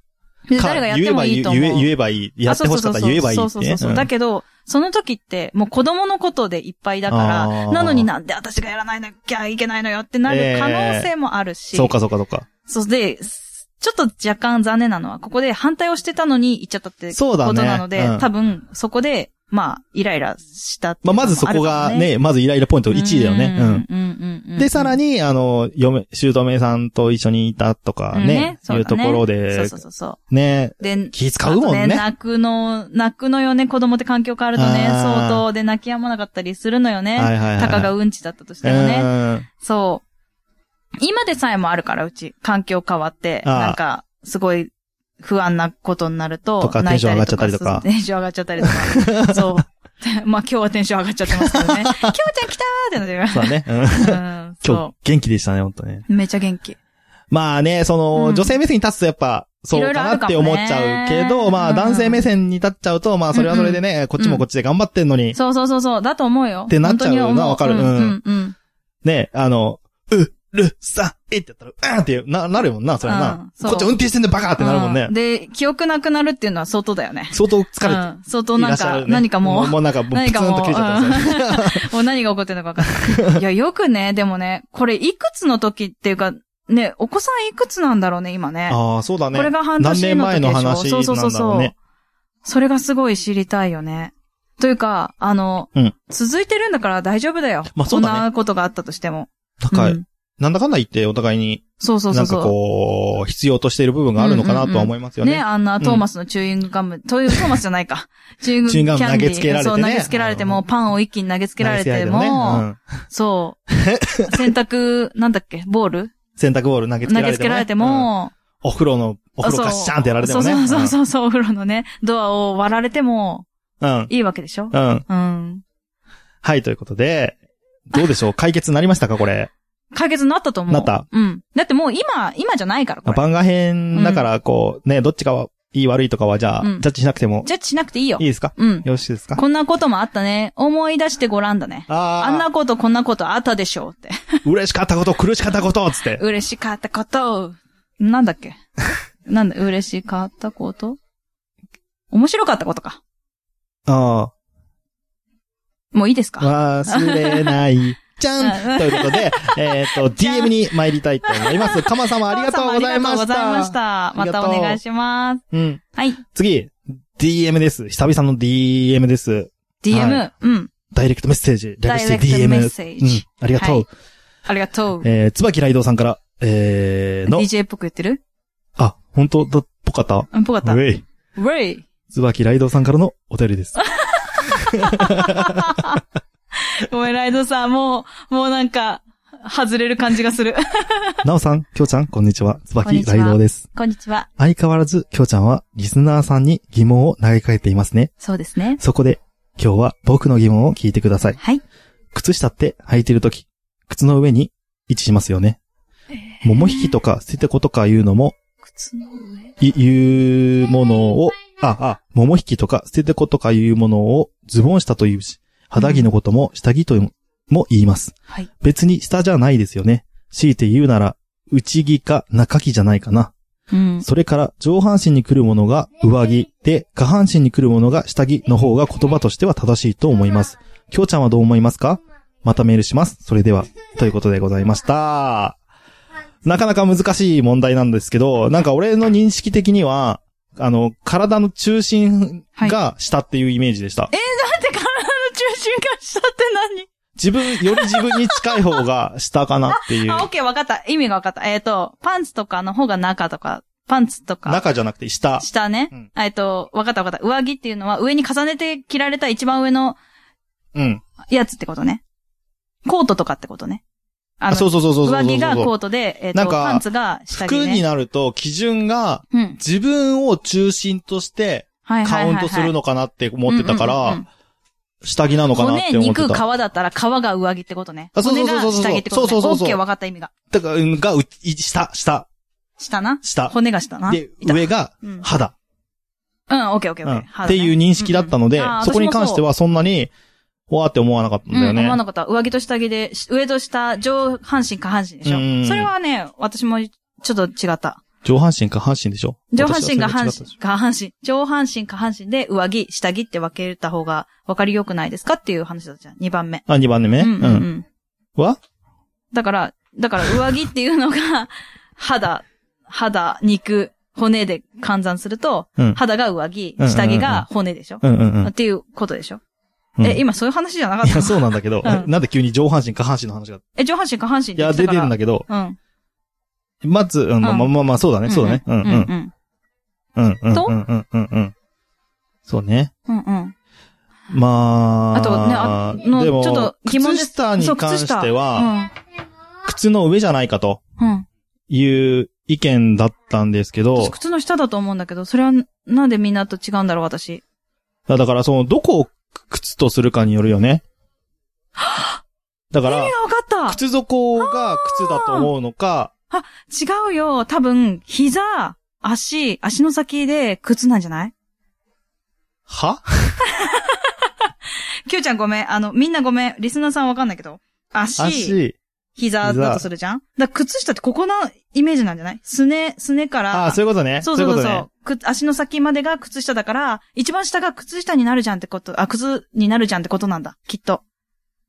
B: で
A: か
B: 誰がやってもいいと思う。
A: 言えば言え言えばいい。やってほしかったら言えばいい
B: あ
A: っ
B: そ
A: て
B: うそうそ
A: ね。
B: うそうそうそうそうそう。だけど、その時って、もう子供のことでいっぱいだか
A: あ
B: ら、
A: ー
B: なのになんで私がやらないなきゃいけないのよってなる可能性もあるし。
A: そうかそうかそうか。
B: そうで、ちょっと若干残念なのは、ここで反対をしてたのに行っちゃったって
A: そうだね
B: ことなので、
A: うん
B: 多分、そこで、まあ、イライラしたってい
A: まあ、
B: うのも
A: まずそこ
B: あ
A: が
B: るかも
A: ね、まずイライラポイント1位だよね。うん。。
B: うんうんうんうん
A: で、さらに、あの、嫁、姑さんと一緒にいたとか
B: うん
A: ね、
B: そう
A: い
B: だ
A: うところで、
B: そうそうそうそ
A: ね、
B: う。で、
A: 気使うもん
B: あと
A: ね。
B: 泣くの、泣くのよね、子供って環境変わるとね、
A: あー
B: 相当で泣き止まなかったりするのよね。
A: はいはいはい
B: たかがうんちだったとしてもね。そう。今でさえもあるから、うち。環境変わって、
A: あー
B: なんか、すごい不安なことになると、
A: とか
B: 泣いり
A: テンション上がっちゃったりとか
B: そうテンション上がっちゃったりと
A: *laughs*
B: か。そう。 *laughs* まあ今日はテンション上がっちゃってますけどね。今日ちゃん来たーってなって
A: うん。そうだね。
B: *laughs*
A: うん
B: る。うん、
A: 今日
B: そ、
A: 元気でしたね、ほんとね。
B: う。めっちゃ元気。
A: まあね、その、
B: うん
A: 女性目線に立つとやっぱ、そうかなって
B: いろいろ
A: 思
B: あ
A: っ
B: るかもね
A: ちゃうけど、ま
B: う
A: あ
B: ん
A: 男性目線に立っちゃうと、まあそれはそれでね、こっちもこっちで頑張ってんのに、
B: そうそうそうそう、だと思うよ。
A: ってなっちゃうよな
B: 本当に思
A: わかる
B: う、
A: うんん
B: うん、うん。
A: ね、あの、う、る、さ、えってやったら、うんっていう、な、なるもんな、それは
B: うん
A: な。
B: そう
A: こっち運転してんでバカってなるもんね
B: う。で、記憶なくなるっていうのは相当だよね。
A: 相当疲れて
B: うん、相当
A: い
B: な
A: ら
B: ん
A: っしゃ
B: か、
A: るね。
B: 何かもう、
A: もうなんか、もう、
B: 何
A: プツ
B: か
A: ン
B: もう
A: と切れちゃったんですよね。*laughs*
B: *laughs* もう何が起こってるのか分かんない。いや、よくね、でもね、これいくつの時っていうか、ね、お子さんいくつなんだろうね、今ね。
A: ああ、そうだね。
B: これが半
A: 何
B: 年
A: 年
B: の
A: 前
B: 時で
A: の
B: しょ
A: 話
B: そうそうそう
A: なんだろ
B: そうう、
A: ね。
B: それがすごい知りたいよね。というか、あの、
A: うん
B: 続いてるんだから大丈夫だよ。
A: まあそうだね
B: こんなことがあったとしても。
A: なんか、
B: うん
A: なんだかんだ言ってお互いに、
B: そうそうそ
A: なん
B: うそう。
A: かこう、必要としている部分があるのかなとは思いますよ
B: ね、
A: ね。
B: あんなトーマスのチューイングガム、トイトーマスじゃな
A: *laughs*
B: いか。チューイング
A: チューイングガム
B: キャンディー
A: 投げつけられてね
B: そう、投げつけられて
A: うん
B: も、パンを一気に投げつけられても、
A: ねうん *laughs*
B: そう。洗濯、なんだっけ、ボール
A: 洗濯ボール投げつけ
B: 投
A: られても、ね。
B: げつけられても、
A: うんお風呂の、お風呂
B: そう
A: ガッシャンってやられてもね。
B: そうそうそうそう、お風呂のね、ドアを割られても、
A: うん。
B: いいわけでしょ
A: うん。うん。
B: うん。
A: はい、ということで、どうでしょ
B: *laughs*
A: う解決になりましたかこれ。
B: 解決になったと思う。
A: なった。
B: うん。だってもう今、今じゃないから、こ
A: まあ
B: れ。
A: 番外編だから、こう、ね、どっちかは、いい悪いとかは、じゃあ、
B: うん
A: ジャッジしなくても、
B: ジャッジしなくていいよ。
A: いいですか
B: うん。
A: よろしいですか
B: こんなこともあったね。思い出してごらんだね。
A: あ
B: あ
A: あ
B: んなこと、こんなことあったでしょうって。
A: 嬉しかったこと、苦しかったこと、つって。
B: 嬉しかったこと。なんだっけなんだ、嬉しかったこと面白かったことか。
A: あ
B: もういいです
A: あ、
B: か
A: 忘れ
B: *laughs*
A: ない。じゃんということで、えっと、
B: じゃん
A: DM に参りたいと思います。かま様ありがとうございました。
B: ありがとうございました。
A: あ
B: ま
A: りが
B: た
A: とう
B: お願いします。
A: うん。
B: はい。
A: 次、DM です。久々の DM です。
B: DM、うん。
A: ダイレクトメッセージ。略して
B: ダイレクトメッ
A: DM。
B: セー
A: う
B: ジ
A: ん。ありがとう。
B: はいありがとう。
A: えー、椿雷道さんから、えー、の、
B: DJ っぽく言ってる
A: あ、本当だっぽかった
B: うん、ぽかった。
A: ウ
B: ウ
A: ェイ。
B: ェイ。
A: 椿雷道さんからのお便りです。
B: ごめん、ライドさん、もう、もうなんか、外れる感じがする。
A: なおさん、きょうちゃん、こんにちは。
B: こん
A: 椿
B: にちは
A: 雷道です。
B: *laughs* こんにちは。
A: 相変わらず、きょうちゃんは、リスナーさんに疑問を投げかけていますね。
B: そうですね。
A: そこで、今日は僕の疑問を聞いてください。
B: はい。
A: 靴下って履いてるとき、靴の上に位置しますよね。桃引きとか捨ててことかいうのも、
B: 靴の上
A: い、いうものを、あ、あ、桃引きとか捨ててことかいうものをズボン下というし、肌着のことも下着とも言います。
B: はい。
A: 別に下じゃないですよね。強いて言うなら、内着か中着じゃないかな。
B: うん。
A: それから上半身に来るものが上着で、下半身に来るものが下着の方が言葉としては正しいと思います。きょうちゃんはどう思いますかまたメールします。それでは、ということでございました。なかなか難しい問題なんですけど、なんか俺の認識的には、あの、体の中心が下っていうイメージでした。
B: だって体の中心が下って何
A: 自分、より自分に近い方が下かなっていう。
B: あ、オッケー、わかった。意味がわかった。えっ、と、パンツとかの方が中とか、パンツとか、
A: 中じゃなくて下。
B: 下ね。
A: うん
B: えっ、と、わかったわかった。上着っていうのは上に重ねて着られた一番上の
A: うん。
B: やつってことね。コートとかってことね。あ
A: あ、そうそうそうそうそうそう
B: 上
A: そう。
B: 着がコートで、えっ、
A: なん
B: と、
A: か
B: パンツが下着、ね。
A: 服になると基準が、
B: うん。
A: 自分を中心として
B: はいは
A: カ
B: いは
A: ウ
B: い、
A: ン
B: はい。
A: トするのかなって思ってたか
B: うんうんうんう
A: ら
B: ん、
A: 下着なのかなっ
B: 骨、
A: て思って
B: 肉、皮
A: た。
B: だったら皮が上着ってことね。
A: あそうそう
B: 骨
A: そう
B: が
A: そう
B: 下着ってこと
A: そ
B: ね。
A: うそうそうそう
B: オッケー、わかった意味が。
A: だから、うんが、うい下、下、
B: 下な。
A: 下。
B: 骨が下な。
A: で、
B: いた
A: 上が
B: うん
A: 肌。
B: うん、オッケーオッケー
A: う
B: オッ
A: ん
B: ケー肌ね。
A: っていう認識だったので
B: うんうんあ、ー
A: そこに関してはそんなに、わーって思わなかったんだよ
B: うん、思わ
A: ね。
B: なかった。上着と下着で、し上と下、上半身、下半身でしょ。
A: うん
B: それはね、私もちょっと違った。
A: 上半身下半身でしょ
B: 上半身、下半。
A: 私はそれが違ったでし
B: 身、下半身、上半身、下半身で上着、下着って分けた方が分かりよくないですかっていう話だったじゃん。2番目。
A: ょあ、2番目ね。
B: う
A: うん
B: うんうん
A: ん。。は
B: だから、だから上着っていうのが、 *laughs* 肌、肌、肉、骨で換算すると、
A: うん
B: 肌が上着、
A: うんうんうん
B: 下着が骨でしょ、
A: うんうんうん
B: っていうことでしょ、
A: うん。
B: え、今そういう話じゃなかっ
A: い
B: た
A: や、そうなんだけど、
B: うん
A: なんで急に上半身下半身の話が。
B: え、上半身、下半身っ
A: い
B: て言
A: や、
B: って
A: 出
B: た
A: て
B: から
A: るんだけど、
B: うん。
A: まず、うんまあ
B: うん
A: まあまあまあ、そうだね、そうだね。うんうん。
B: うん。
A: うんうん
B: と
A: うんうんうんうん。そうね。
B: うんうん。
A: まあ。
B: あとねあの
A: でも
B: ちょっと疑問です
A: 靴下に関しては、
B: うん。
A: 靴の上じゃないかと
B: うん。
A: いう意見だったんですけど
B: 私、靴の下だと思うんだけど、それはなんでみんなと違うんだろう、私。
A: だからその、どこを靴とするかによるよね。だか
B: 意味が
A: ら、
B: 分かっ
A: 靴底が靴だと思うのか、
B: た違うよ。多分、膝、足、足の先で靴なんじゃない
A: は
B: キューちゃんごめん。あの、みんなごめん。リスナーさんわかんないけど。足、
A: 足。
B: 膝だとするじゃんだから靴下ってここのイメージなんじゃないすね、すねか
A: あ
B: ら。
A: あ、そういうことね。
B: そうそうそう
A: い
B: そ
A: こと
B: う、
A: ね。
B: 靴足の先までが靴下だから、一番下が靴下になるじゃんってこと、あ、靴になるじゃんってことなんだ。きっと。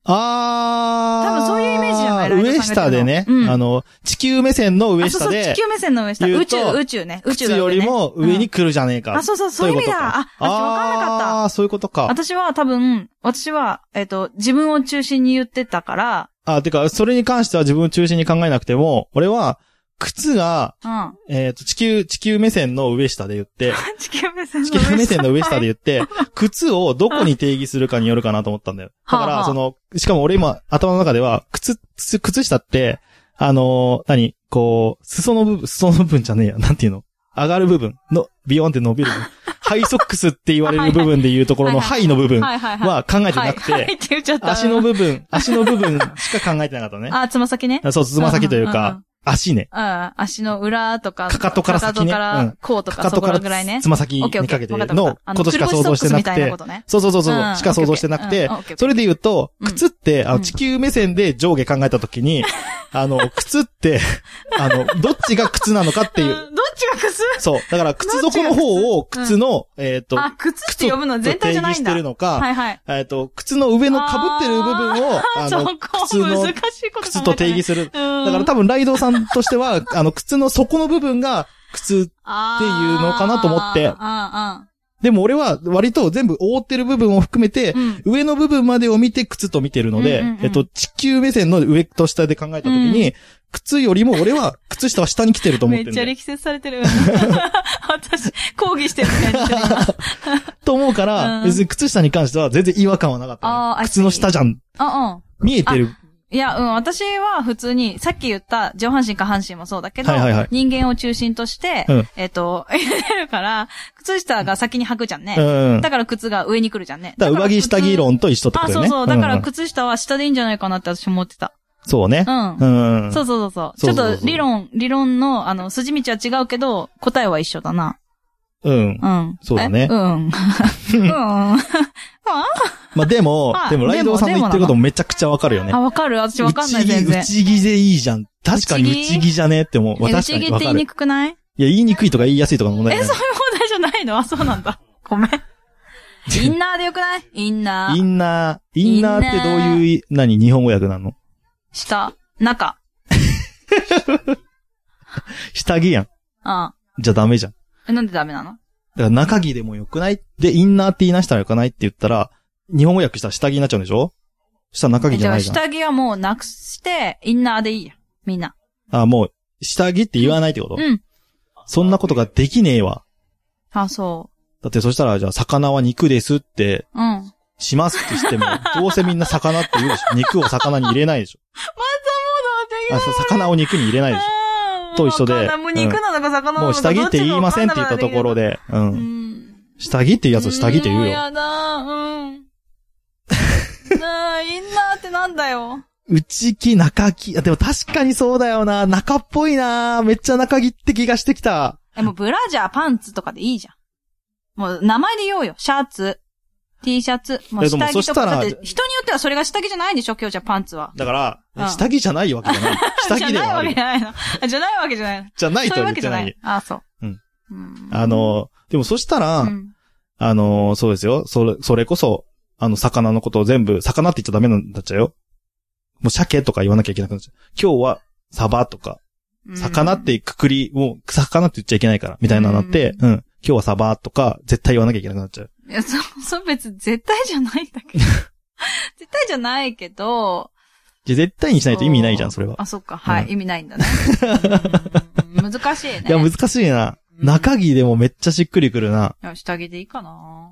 A: あー。
B: 多分そういうイメージじゃないライドさんが言
A: 上
B: ってるの
A: 下でね、
B: うん
A: あの、地球目線の上
B: あ、そ
A: 下
B: うそう、地
A: で、
B: 球目線の上下。
A: 言
B: 宇
A: うと
B: 宙、宇宙ね。宇宙
A: 靴
B: だ
A: よりも上に来るじゃねえ
B: う
A: か。
B: んあ、そうそう、そういう意味
A: ことか
B: だ。あ、私わかんなかった。
A: あー、そういうことか。
B: 私は多分、私は、えっ、と、自分を中心に言ってたから、
A: あ、てか、それに関しては自分を中心に考えなくても、俺は、靴が、
B: うん。 *laughs*
A: えっ、と、地球、地球目線の上下で言って、
B: 地球目線の
A: 地球目線の上下で
B: はい
A: 言って、靴をどこに定義するかによるかなと思ったんだよ。だか
B: はあは
A: ら、
B: あ
A: その、しかも俺今、頭の中では、靴、靴靴下って、あのー何こう、裾の部分、裾の部分じゃねえや。なんていうの上がる部分の、ビヨンって伸
B: *laughs*
A: びる部分。ハイソックスって言われる部分でいうところの
B: は
A: ハイの部分
B: はいはいはい。
A: は考えてなく
B: はい、は
A: て
B: い、って言っちゃった。
A: 足の部分、足の部分しか考えてなかったのね。
B: あ、つま先ね。
A: あそう、つま先という
B: うんうんう
A: か
B: ん、
A: 足ね。
B: うん。足の裏とか、
A: かかとから先ね
B: かかとから、こうと
A: か
B: か、
A: かとか
B: そこ
A: ら
B: らぐらいね。
A: つま先
B: オッケーオ
A: に
B: ッ
A: か
B: ケー。
A: けて
B: わかった
A: の
B: わかったあ
A: ことしか
B: クル
A: 想
B: クル
A: 像
B: ボイ
A: し
B: スソ
A: て
B: ックス
A: な
B: みた
A: く
B: いな
A: て
B: こ、とね。
A: そうそうそうそうう、
B: ん
A: しか想像してなくて
B: オッケーオッケーうん、
A: それで言うと
B: う、ん
A: 靴って、あ
B: う
A: の、
B: ん
A: 地球目線で上下考えたときに、
B: *laughs*
A: あの、靴って、あの、どっちが靴なのかってい
B: うん
A: う。
B: どっちが靴
A: そう。だから、靴底の方を
B: どっちが靴
A: 靴の、えっと、
B: あ、靴っ
A: 靴
B: て
A: と
B: 呼ぶの全体
A: 定
B: じゃな
A: 義
B: いん
A: し
B: だ。
A: てるのか、
B: はいはい。
A: えっと、靴の上の被ってる部分を、
B: *laughs*
A: あ
B: そこ
A: の、靴の
B: 難、しいこと考えたね
A: 靴と定義する。
B: うん。
A: だから多分、ライドさんとしては、あの、靴の底の部分が、靴
B: っ
A: っていうのかなと思って
B: う
A: でも俺は割と全部覆ってる部分を含めて、
B: んうんうん。うん。
A: 上の部分までを見て靴と見てるので、
B: うんうんうん
A: えっと、地球目線の上と下で考えたときに、靴よりも俺は靴下は下に来てると思っ
B: め
A: てる
B: っ
A: ん
B: ち
A: だ
B: ゃ
A: よ
B: 力説され
A: *laughs*
B: てる。私、抗議してるね。一緒に今
A: と思うから、
B: うん
A: 別に靴下に関しては全然違和感はなかった
B: あ
A: の
B: ー
A: ね。
B: I see
A: 靴の下じゃん。
B: あ、
A: 見えてる。
B: うん。いや、うん、私は普通に、さっき言った上半身下半身もそうだけど、
A: はいはいはい
B: 人間を中心として、
A: うん
B: えっ、と、入れるから、靴下が先に履くじゃんね。
A: うん。だ
B: だから靴が上に来るじゃんね。
A: から上着
B: 靴
A: 下着論と一緒ってこ
B: あ、
A: とだよ
B: そう
A: ね。
B: そう。だから
A: んん
B: 靴下は下でいいんじゃないかなって私思ってた。
A: そうね
B: う。ん。
A: うん。
B: そうそうそうそう。
A: そうそう
B: ち
A: そう
B: ょっと理論、理論の、あの、筋道は違うけど、答えは一緒だな。
A: うん。
B: うん。
A: そうだね
B: え
A: *laughs*
B: うん。うん。あ、
A: まあでも
B: あ、
A: でもライドさんの言ってることもめちゃくちゃわかるよね。
B: わかる私わかんない、
A: 内
B: 全
A: 着、
B: 然。
A: 内着でいいじゃん。確かに
B: 内着
A: 内着じゃねって思う。
B: え
A: 確
B: 内
A: か
B: 着
A: に
B: っ
A: わ
B: て
A: か
B: 言い
A: る。
B: に
A: い
B: くくない
A: や、言いにくいとか言いやすいとかの問題
B: え、
A: じゃ
B: そう
A: ない
B: いう問題じゃないのあ、そうなんだ。ご
A: *laughs*
B: めん。インナーでよくないインナ
A: イ
B: ー。
A: ンナー、インナーってどういう、何、日本語訳なの
B: 下。中。
A: 下着やん。
B: うん。
A: じゃダメじゃん。だ
B: え、なんでダメなの
A: から中着でもよくないで、インナーって言いなしたらよくないって言ったら、日本語訳したら下着になっちゃうんでしょそしたら中
B: え、
A: 着じ
B: じ
A: ゃ
B: ゃ
A: な
B: あ
A: いじゃん。
B: 下着はもうなくして、インナーでいいや。みんな。
A: あ、もう、下着って言わないってこと、
B: うん。
A: そんなことができねえわ。
B: あ、そ
A: だってそしたら、じゃあ、魚は肉ですって、
B: う。うん。
A: しますってして
B: *laughs*
A: も、どうせみんな魚って言うでしょ。肉を魚に入れないでしょ。あ、そう魚を肉に入れない
B: *laughs*
A: でし
B: あー
A: と一緒で
B: わかんないもう肉なのか魚なの
A: ょ。
B: か、
A: もう下着って言いませんって言ったところ
B: で。
A: で、う。
B: うんん。
A: 下着って言うやつを下着って言
B: んも
A: うよ。
B: やだうん。なあ、インナーってなんだよ。
A: 内着、中着。あ、でも確かにそうだよな。中っぽいな。めっちゃ中着って気がしてきた。
B: え、もうブラジャー、パンツとかでいいじゃん。もう名前で言おうよ。シャツ、T シャツ、もう
A: えでも
B: 下着
A: そ
B: と
A: した
B: か。
A: ら
B: だって人によってはそれが下着じゃないんでしょ今日じゃパンツは。
A: だから、
B: うん
A: 下着じゃないわけじゃ
B: *laughs*
A: ない。下着
B: じ
A: で
B: ゃない
A: はあ
B: わけ
A: る
B: じ。ゃないの。あじゃないわけじゃないの。
A: じゃない
B: そう
A: と
B: い
A: は言
B: うわ
A: っ
B: けじ
A: て
B: ゃな
A: ないい。。
B: あ、そうう。
A: ん
B: うん
A: あ、の、でもそしたら、
B: うん
A: あの、そうですよ。それ、それこそ、あの、魚のことを全部、魚って言っちゃダメなんだっちゃうよ。もう鮭とか言わなきゃいけなくなっちゃう。今日は、サバとか、魚っ、てくくり、もう、魚って言っちゃいけないから、みたいなのになって、うん。今日はサバとか、絶対言わなきゃいけなくなっちゃう。
B: うんいや、そ、そう別に絶対じゃないん
A: *laughs*
B: だけど。絶対じゃないけど、
A: じゃ、絶対にしないと意味ないじゃん、それは。
B: あ、そっか。は
A: うん
B: い。意味ない
A: *laughs*
B: んだね。うん難しいね。
A: いや、難しいな。
B: うん
A: 中着でもめっちゃしっくりくるな。
B: いや下着でいいかな。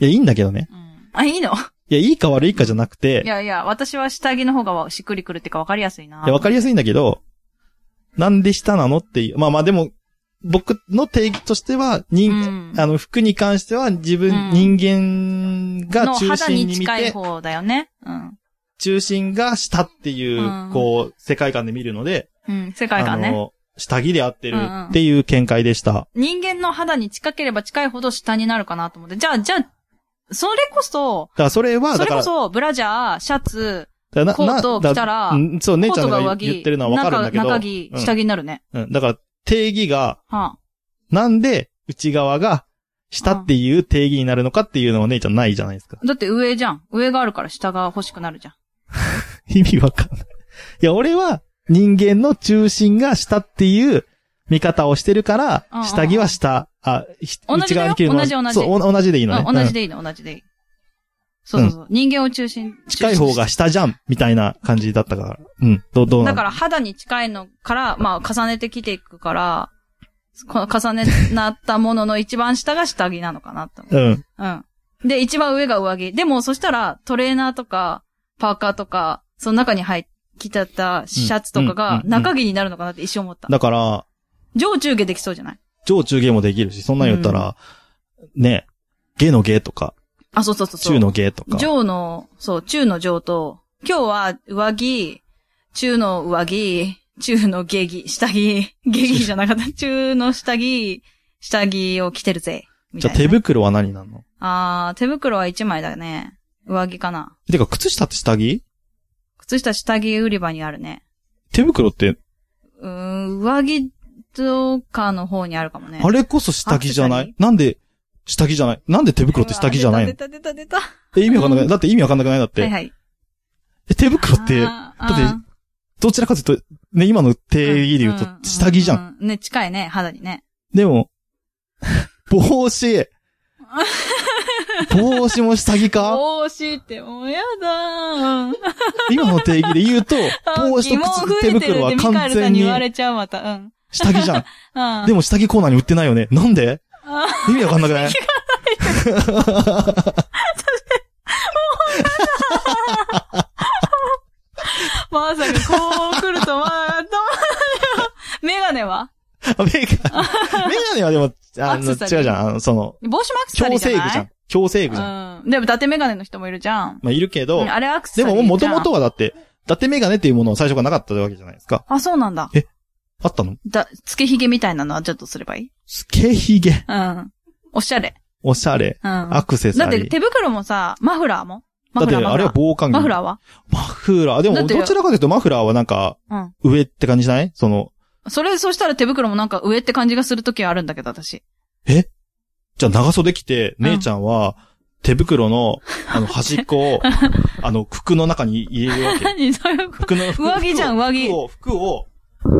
A: いや、いいんだけどね。
B: うん。あ、いいの
A: いや、いいか悪いかじゃなくて、
B: い
A: いや、
B: やいや、私は下着の方がしっくりくるっていうか分かりやすいな。
A: わかりやすいんだけど、なんで下なのっていう。まあまあでも、僕の定義としては、人、
B: うん
A: あの、服に関しては自分、
B: うん
A: 人間が
B: の
A: 中
B: 肌
A: 心
B: に
A: に見
B: 近い
A: て、
B: 方だよね。うん。
A: 中心が下っていう、
B: うん
A: こう、世界観で見るので、
B: うん、世界観
A: あ
B: ね。
A: の、下着で合ってる
B: うんうん
A: っていう見解でした。
B: 人間の肌に近ければ近いほど下になるかなと思って。じゃあ、じゃあ、それこそ、
A: だからそれは、
B: そ
A: だ
B: れ
A: から、
B: こそ、ブラジャー、シャツ、
A: だから
B: コートを着たら
A: うんそう、
B: コ
A: 姉ち
B: ー
A: ゃん
B: トが
A: が
B: 上
A: 言っ
B: 着、
A: てるのはわかるんだ
B: 中
A: けど、
B: 中着、
A: うん
B: 下着になるね。
A: うん、だから定義が、
B: は
A: なんで内側が下っていう定義になるのかっていうのは姉ちゃんないじゃないですか。 *laughs*
B: だって上じゃん。上があるから下が欲しくなるじゃん。
A: 意味わかんない。いや、俺は人間の中心が下っていう見方をしてるから
B: うんう、ん
A: 下着は下、あ、ひ
B: 同
A: 内
B: じだ
A: 側
B: よ
A: に着るのは
B: 同じ同じ
A: そう、お同じでいいのね。
B: あ同
A: う
B: じ
A: ん
B: でいいの、同じでいい。そうそうそう。人間を中心。
A: 近い方が下じゃん、みたいな感じだったから。うん。どう、どうな
B: だ
A: の
B: から肌に近いのから、まあ重ねてきていくから、この重ねなったものの一番下が下着なのかなと思
A: うん。
B: う。うん。で、一番上が上着。でも、そしたらトレーナーとか、パーカーとか、その中に入って、着てたシャツとか
A: うんうん
B: が
A: うん
B: 中着になるのかなって一瞬思った。
A: だから、
B: 上中下できそうじゃない
A: 上中下もできるし、そんなん言ったら、ね、下の下とか、
B: あ、そうそうそうそう。
A: 中の下とか。
B: 上の、そう、中の上と、今日は上着、中の上着、中の下着、下着、下着じゃなかった。中の下着、下着を着てるぜ。み
A: じ
B: た
A: ゃ
B: い
A: あ
B: なね、
A: 手袋は何なの
B: あー手袋は一枚だね。上着かな。
A: てか、靴下って下着
B: 靴下下着売り場にあるね。
A: 手袋って、
B: うーん、上着とかの方にあるかもね。
A: あれこそ下着じゃな
B: あ下
A: いなんで、下着じゃないなんで手袋って下着じゃないの
B: 出た出た出た出。
A: え、意味わかんなくないだって意味わかんなくないだった
B: はい
A: て。
B: はい。
A: え、手袋って、
B: あーあー
A: どちらかというと、ね、今の定義で言うと
B: ん、
A: 下着じゃん。
B: ん。ね、近いね、肌にね。
A: でも、 *laughs* 帽
B: *laughs*
A: 子。帽子も下着か
B: 帽子ってもうやだー。
A: 今の定義で言う
B: *laughs*
A: と、帽子
B: 疑
A: と靴
B: 問増
A: 手
B: えてる
A: 袋
B: っ
A: は
B: てミカエ
A: 完
B: ルさ
A: 全
B: んに
A: に
B: 言われちゃう、また。うん。
A: 下着じゃん。
B: うん。
A: でも下着コーナーに売ってないよね。なんで
B: あ
A: 意味わかんなく
B: *laughs*
A: ない
B: まさかこう来るとは、まあ、どうメガネは
A: あメガネ。メガネはでも、あ
B: ア
A: の、
B: ク
A: 違う
B: セサリー
A: じゃん。あの、その、
B: 帽子もアクセサリ
A: 強
B: ーじ
A: 制
B: ゃない
A: 具じゃん。強制具じゃん。
B: うん。でも、伊達メガネの人もいるじゃん。
A: まあ、いるけ
B: う
A: ど
B: ん、あれアク
A: で
B: セサリーじゃ
A: も
B: ん。
A: もともとはだって、伊達メガネっていうものは最初からなかったわけじゃないですか。
B: あ、そうなんだ。
A: あったの
B: だ、つけひげみたいなのはちょっとすればいい
A: つけひげ。
B: うん。おしゃれ。
A: おしゃれ。
B: うん。
A: アクセ
B: だ
A: サ
B: っ
A: リー。
B: て手袋もさ、マフラーもマ
A: だって、
B: フラーマ
A: あ
B: フ
A: れ
B: ラ
A: は
B: ー。
A: 防寒着。
B: マフラーは
A: マフラー。で
B: だ
A: も、
B: って
A: どちらかというとマフラーはなんか、
B: うん。
A: 上って感じじゃないその、
B: それ、そしたら手袋もなんか上って感じがするときあるんだけど、私。
A: じゃあ長袖着て、
B: うん
A: 姉ちゃんは、手袋の、あの、端っ
B: *laughs*
A: こを、あの、服の中に入れるわけ。 *laughs*
B: 何そういうこと
A: 服の、服
B: 上着じゃん
A: 服を
B: 上着
A: 服を、服を、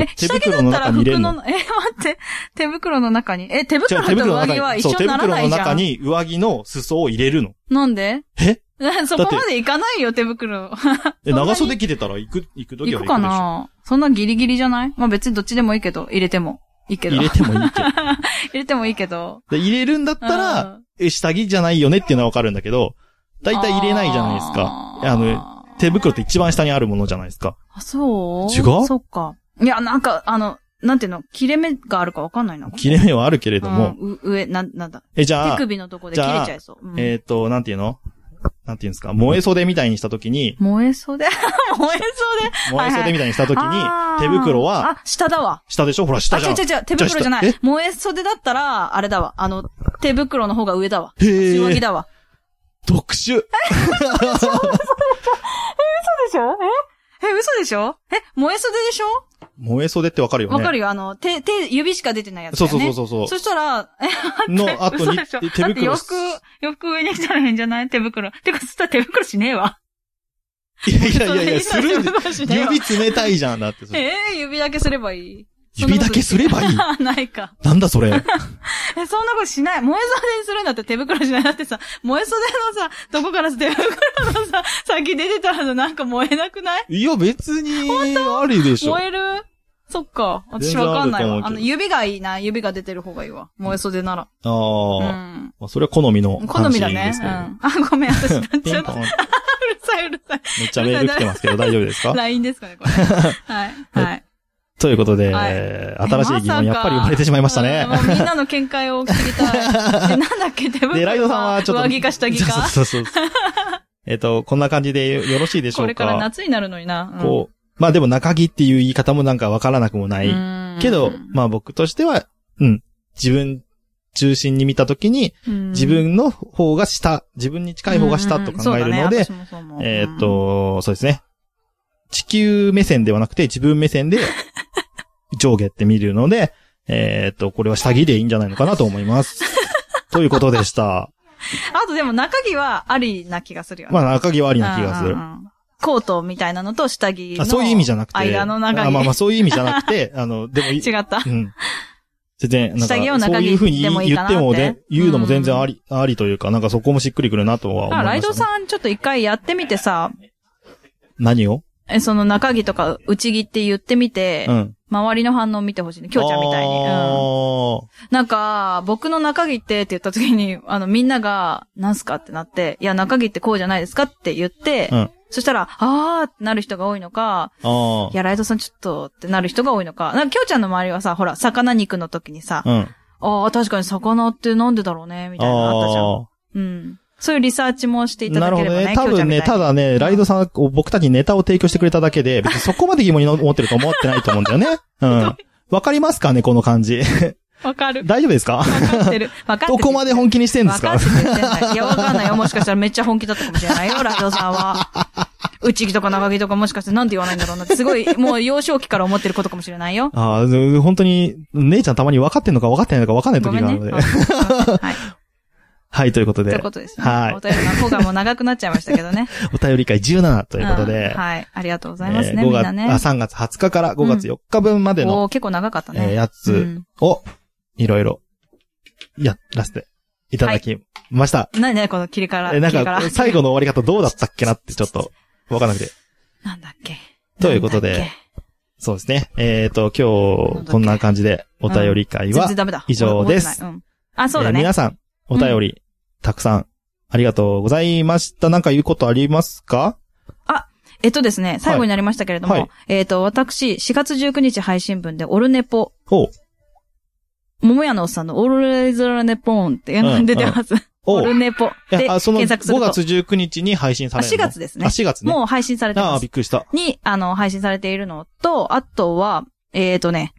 B: え、
A: 手
B: 下着だ
A: 袋
B: っ
A: の
B: たら
A: 中に入れ
B: 服
A: んの
B: の、え、 *laughs* 待って、手袋の中に。え、手
A: じゃあ
B: 袋
A: 手
B: と
A: 袋の
B: 上着
A: 中
B: は
A: に、
B: 一
A: そう、
B: 緒
A: 手
B: になら
A: 袋
B: な
A: の
B: いじゃ
A: 中
B: ん。
A: に上着の裾を入れるの。
B: なんで
A: え
B: *laughs* そこまでいかないよ、手袋。
A: え、
B: そんなに
A: 長袖着てたら行く、行く時
B: い
A: は行くでしょ。
B: くかなそんなギリギリじゃないまあ別にどっちでもいいけど、入れても。いいけど。
A: 入れ
B: *laughs*
A: て
B: 入
A: もいいけど。
B: れてもいいけど。
A: で入れるんだったら、
B: うん、
A: え下着じゃないよねっていうのはわかるんだけど、だいたい入れないじゃないですか。あの、
B: の
A: 手袋って一番下にあるものじゃないですか。
B: あ、そう
A: 違う
B: そっか。いや、なんか、あの、なんていうの、切れ目があるかわかんないな。
A: 切れ目はあるけれども、
B: うんう上、なん、なんだ。
A: え、じゃ
B: 手
A: あ、
B: 首のとこで切れちゃいそう。うん
A: えっ、と、なんていうのなんていうんですか燃え袖みたいにしたときに、
B: 燃えそうで *laughs* 燃えそうで
A: 燃え袖みたいにしたときに、
B: あー
A: 手袋は、
B: あ、下だわ。
A: 下でしょほら、
B: あ、
A: 下
B: 違
A: じゃん。
B: う違う違う、手袋じゃな
A: じゃあ
B: い。燃え袖だったら、あれだわ。あの、手袋の方が上だわ。
A: へ
B: 上着
A: ー
B: だわ。
A: 特
B: *laughs*
A: 殊
B: 嘘でしょええ、嘘でしょえ、燃え袖でしょ
A: 燃え袖ってわかるよね。
B: わかるよ。あの、手、手、指しか出てないやつだ
A: そう
B: よね。
A: そうそう
B: そ
A: そうそう。
B: そしたら、え、
A: の後
B: 嘘
A: に
B: でしょ
A: 手
B: だって
A: 袋
B: 洋
A: を
B: 服、洋服上にしたらいいんじゃない手袋。てか、そしたら手袋しねえわ。
A: いやいやいやいや、
B: そ
A: す
B: れ
A: るん
B: 手
A: で、
B: 袋しねえわ
A: 指冷たいじゃんだって。それ
B: *laughs* えー指だけすればいい。
A: 指だけすればいい
B: あ、 *laughs* ないか。
A: なんだそれ。
B: *laughs* え、そんなことしない。燃え袖にするんだって手袋しない。だってさ、燃え袖のさ、どこから手袋の
A: *laughs*
B: さ、先出てたらさ、なんか燃えなくない
A: いや、別に、ありでしょ。
B: 燃えるそっか。私
A: 全然
B: わかんない
A: あると思う
B: わ。
A: けど
B: あの、指がいいな。指が出てる方がいいわ。燃え袖なら。う
A: ああ、
B: ん。
A: まあそれは好みの
B: 好
A: 話
B: みだね
A: で。す
B: う
A: け
B: ん。
A: ど。*laughs*
B: あ、ごめん、私、
A: ピ
B: ちょ
A: ン
B: っ
A: ポ
B: と、う
A: ン。め
B: るさい、うるさい。
A: っちゃメール来てますけど、大丈夫ですか
B: LINE ですか
A: *laughs*
B: ね、これ。はい。はい。
A: ということで、
B: はい
A: えー新しい疑問
B: えまさか
A: やっぱり生まれてしまいましたね
B: うん。もうみんなの見解を知りた
A: *laughs*
B: い。え、なんだっけ、手袋
A: で、ライドさんはちょっと。
B: 上着か下着か。
A: そうそう
B: *laughs*
A: そうそう。えっと、こんな感じでよよろしいでしょ
B: こ
A: う
B: れ
A: か。
B: から夏になるのにな。うん
A: こう。まあでも中着っていう言い方もなんかわからなくもない。
B: うん
A: けど、まあ僕としては、うん。自分中心に見たときに、自
B: 自
A: 分の方が下、自分に近い方が下と考えるので、えーっ、と、そうですね。地球目線ではなくて自分目線
B: *laughs*
A: で
B: *laughs*
A: 上下って見るので、えーっと、これは下着でいいんじゃないのかなと思います。ということでした。
B: あとでも中着はありな気がするよね。
A: まあ、赤木はありな気がす
B: う
A: る
B: んう。んうんコートみたいなのと下着の。
A: あそういう意味じゃなくて。
B: 間の長
A: あまあまあ、
B: 着。
A: そういう意味じゃなくて、あの、でもい、
B: 違った
A: う。ん。全然、なんか、
B: 下着を
A: そ
B: 中
A: う
B: 着
A: いうふうに
B: でもいい
A: 言
B: か
A: っ
B: なって
A: てもね、言うのも全然あり、ありというか、なんかそこもしっくりくるなとは
B: だ
A: 思
B: か
A: い
B: らラ
A: ま
B: イ
A: した、
B: ド
A: ね。
B: さんちょっと一回やってみてさ、
A: 何を
B: え、その中着とか内着って言ってみて、
A: うん。
B: 周りの反応見てほしいね。きょうちゃんみたいに。うん
A: あ
B: なんか、僕の中着ってって言った時に、 *laughs* あの、みんなが、なんすかってなって、いや、中着ってこうじゃないですかって言って、
A: うん
B: そしたら、あーってなる人が多いのか、
A: あ
B: いや、ライドさんちょっとってなる人が多いのか、なんか、きょうちゃんの周りはさ、ほら、魚肉の時にさ、
A: あー。うん。
B: ああ、確かに魚ってなんでだろうね、みたいなのあったじゃん。
A: あ
B: うん。そういうリサーチもしてい
A: ー
B: た
A: な
B: だ
A: る
B: け
A: ほ
B: れ
A: ど
B: ば
A: ね。多
B: ね、きょうちゃ
A: 分
B: んみ
A: ね、
B: たい
A: た
B: に。
A: だね、ライドさんはこう僕たちにネタを提供してくれただけで、
B: *laughs*
A: 別にそこまで疑問に思ってると思ってないと思うんだよね。うん。わかりますかね、この感じ。 *laughs*
B: わかる。
A: 大丈夫ですか
B: わかっ
A: *laughs*
B: てる。わかって
A: ど
B: る。
A: こまで本気にしてんで
B: わ
A: す
B: か
A: か
B: ってくれてない。いや、わかんないよ。もしかしたらめっちゃ本気だったかもしれないよ、ライドさんは。内着とか長着とかもしかしてなんで言わないんだろうなって、す
A: *laughs*
B: ごい、もう幼少期から思ってることかもしれないよ。
A: ああ、で本当に、姉ちゃんたまに分かってんのか分かってないのか分かんない
B: ご
A: *laughs* 時
B: めん
A: があ
B: ね。
A: るので。
B: はい。
A: *laughs* はい、ということ
B: とい
A: で
B: うこ、とですね。
A: はい
B: お便りの方がもう長くなっちゃいましたけどね。
A: お便り会17と
B: と
A: いうことで、
B: はい。ありがとうご
A: え
B: ざいますね、
A: ー5
B: みん
A: 月
B: なね
A: あ。3月20日から5月4日分までの、
B: おー結構長かった
A: えー
B: ね。
A: や
B: う
A: つ
B: ん
A: を、いろいろ、やらせていただきました。
B: 何ね、この切りから。
A: えーなん
B: 切りか
A: か、
B: ら
A: 最後の終わり方どうだったっけなってちょっと、わからなくて。
B: なんだっけ。
A: ということで
B: なんだっけ
A: そうですね。えっ、と、
B: な
A: 今
B: んだっ
A: 日、
B: け
A: こんな感じで、お便り会
B: 全
A: は
B: 然、ダメだ。
A: 以上です
B: 覚えてないうんあ、そうだ
A: えー
B: ね
A: 皆。さん、お便り、たくさん、ありがとうございました。なんか言うことありますか
B: えっとですね、最後になりましたけれども、
A: はい
B: えっと、私、4月19日配信分で、オルネポ、
A: おう
B: 桃屋のおっさんのオルレゾラネポーンっていうの
A: う
B: が
A: ん
B: 出てます。
A: お
B: オ
A: う
B: ルネポ
A: い
B: で
A: やあその
B: 検索すると。
A: 5月19日に配信されるの
B: あ4月ですね
A: あ、4月ね。
B: もう配信されて
A: あ
B: ま
A: あ、
B: す
A: びっ。くりした。
B: に、あの、配信されているのと、あとは、えっ、とね、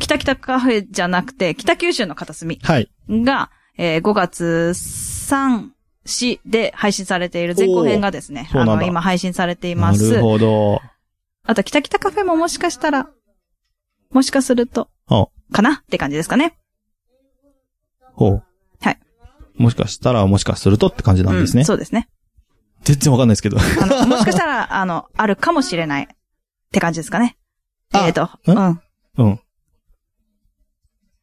B: 北北カフェじゃなくて、北九州の片隅
A: はい。
B: が、えー5月3、4で配信されている前後編がですね、
A: おーそ
B: あ
A: うなんだ
B: の、今配信されてい
A: な
B: ます
A: る。ほど。
B: あと、キタキタカフェももしかしたら、もしかすると
A: あ、
B: かなって感じですかね。
A: ほう。
B: はい。
A: もしかしたら、もしかするとって感じなんです
B: う
A: ね
B: ん、。そうですね。
A: 全然わかんないですけど。
B: あ
A: *laughs*
B: の、もしかしたら、あの、あるかもしれないって感じですかね。
A: あ
B: えっ、と、
A: ん
B: うん。
A: うん。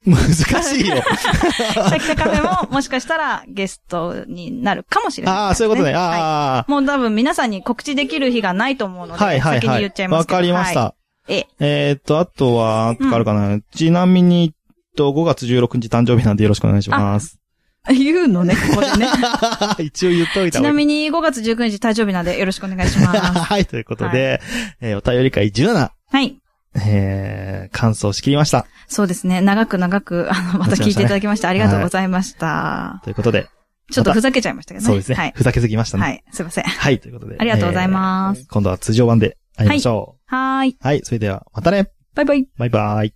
A: 難しいよ。
B: キタキタカフェももしかしたらゲストになるかもしれない、
A: ああ、そういうことね。
B: は
A: あ
B: い。もう多分皆さんに告知できる日がないと思う
A: あ。
B: ので、
A: はいはい
B: 先に
A: は
B: 言っちゃい
A: い。
B: ま
A: わ
B: すけど。
A: かりまし
B: はい。
A: た。
B: ええ
A: えーっと、あとは、なんかあるかな。ちなみに、えっと、5月16日誕生日なんでよろしくお願いします。
B: *laughs* 言う
A: *laughs*
B: のね、ここでね。
A: 一応言っといた方が
B: ちない
A: い
B: みに5月19日誕生日なんでよろしくお願いし
A: *laughs*
B: ます。
A: はい、ということで、えーお便り会17、
B: はい。
A: えー、感想しきりました。
B: そうですね。長く長く、あの、また聞いていただきまして、ありがとうございました。
A: ということで、
B: ちょっとふざけちゃいましたけどね。
A: そうですね。
B: はい。
A: ふざけすぎましたね。
B: は
A: はい。
B: い。すいません。
A: ということで。
B: ありがとうございます
A: えー今度は通常版で会いましょ
B: はーい。
A: う。はい、それでは、またね。
B: バイバイ。
A: バイバイ。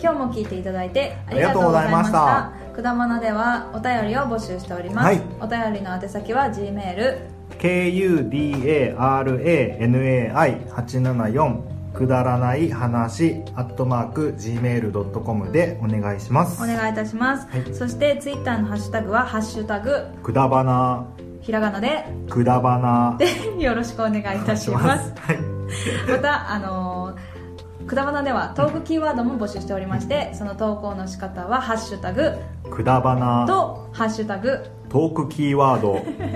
B: 今日も聞いていただいてあ
C: りがとうございました
B: りがとうございました。くだまなではお便りを募集しております。
C: はい
B: お便りの宛先は G メール
C: kudaranai874 くだらない話アットマーク gmail.com でお願いします
B: お願いいたします。
C: はい
B: そしてツイッターのハッシュタグはハッシュタグ
C: くだばな
B: ひらがなで *laughs*
C: くだばな
B: よろしくお願いいたします。
C: はい
B: またあのーくだまなではトークキーワードも募集しておりましてその投稿の仕方は「ハッシュタグ
C: くだばな
B: と「ハッシュタグ
C: トークキーワード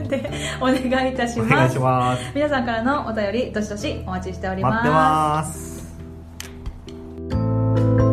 B: で *laughs* お願いいたし
C: お
B: ま
C: 願い
B: す
C: します
B: 皆さんからのお便りどしどしお待ちしており
C: 待
B: ま
C: っ
B: す
C: てます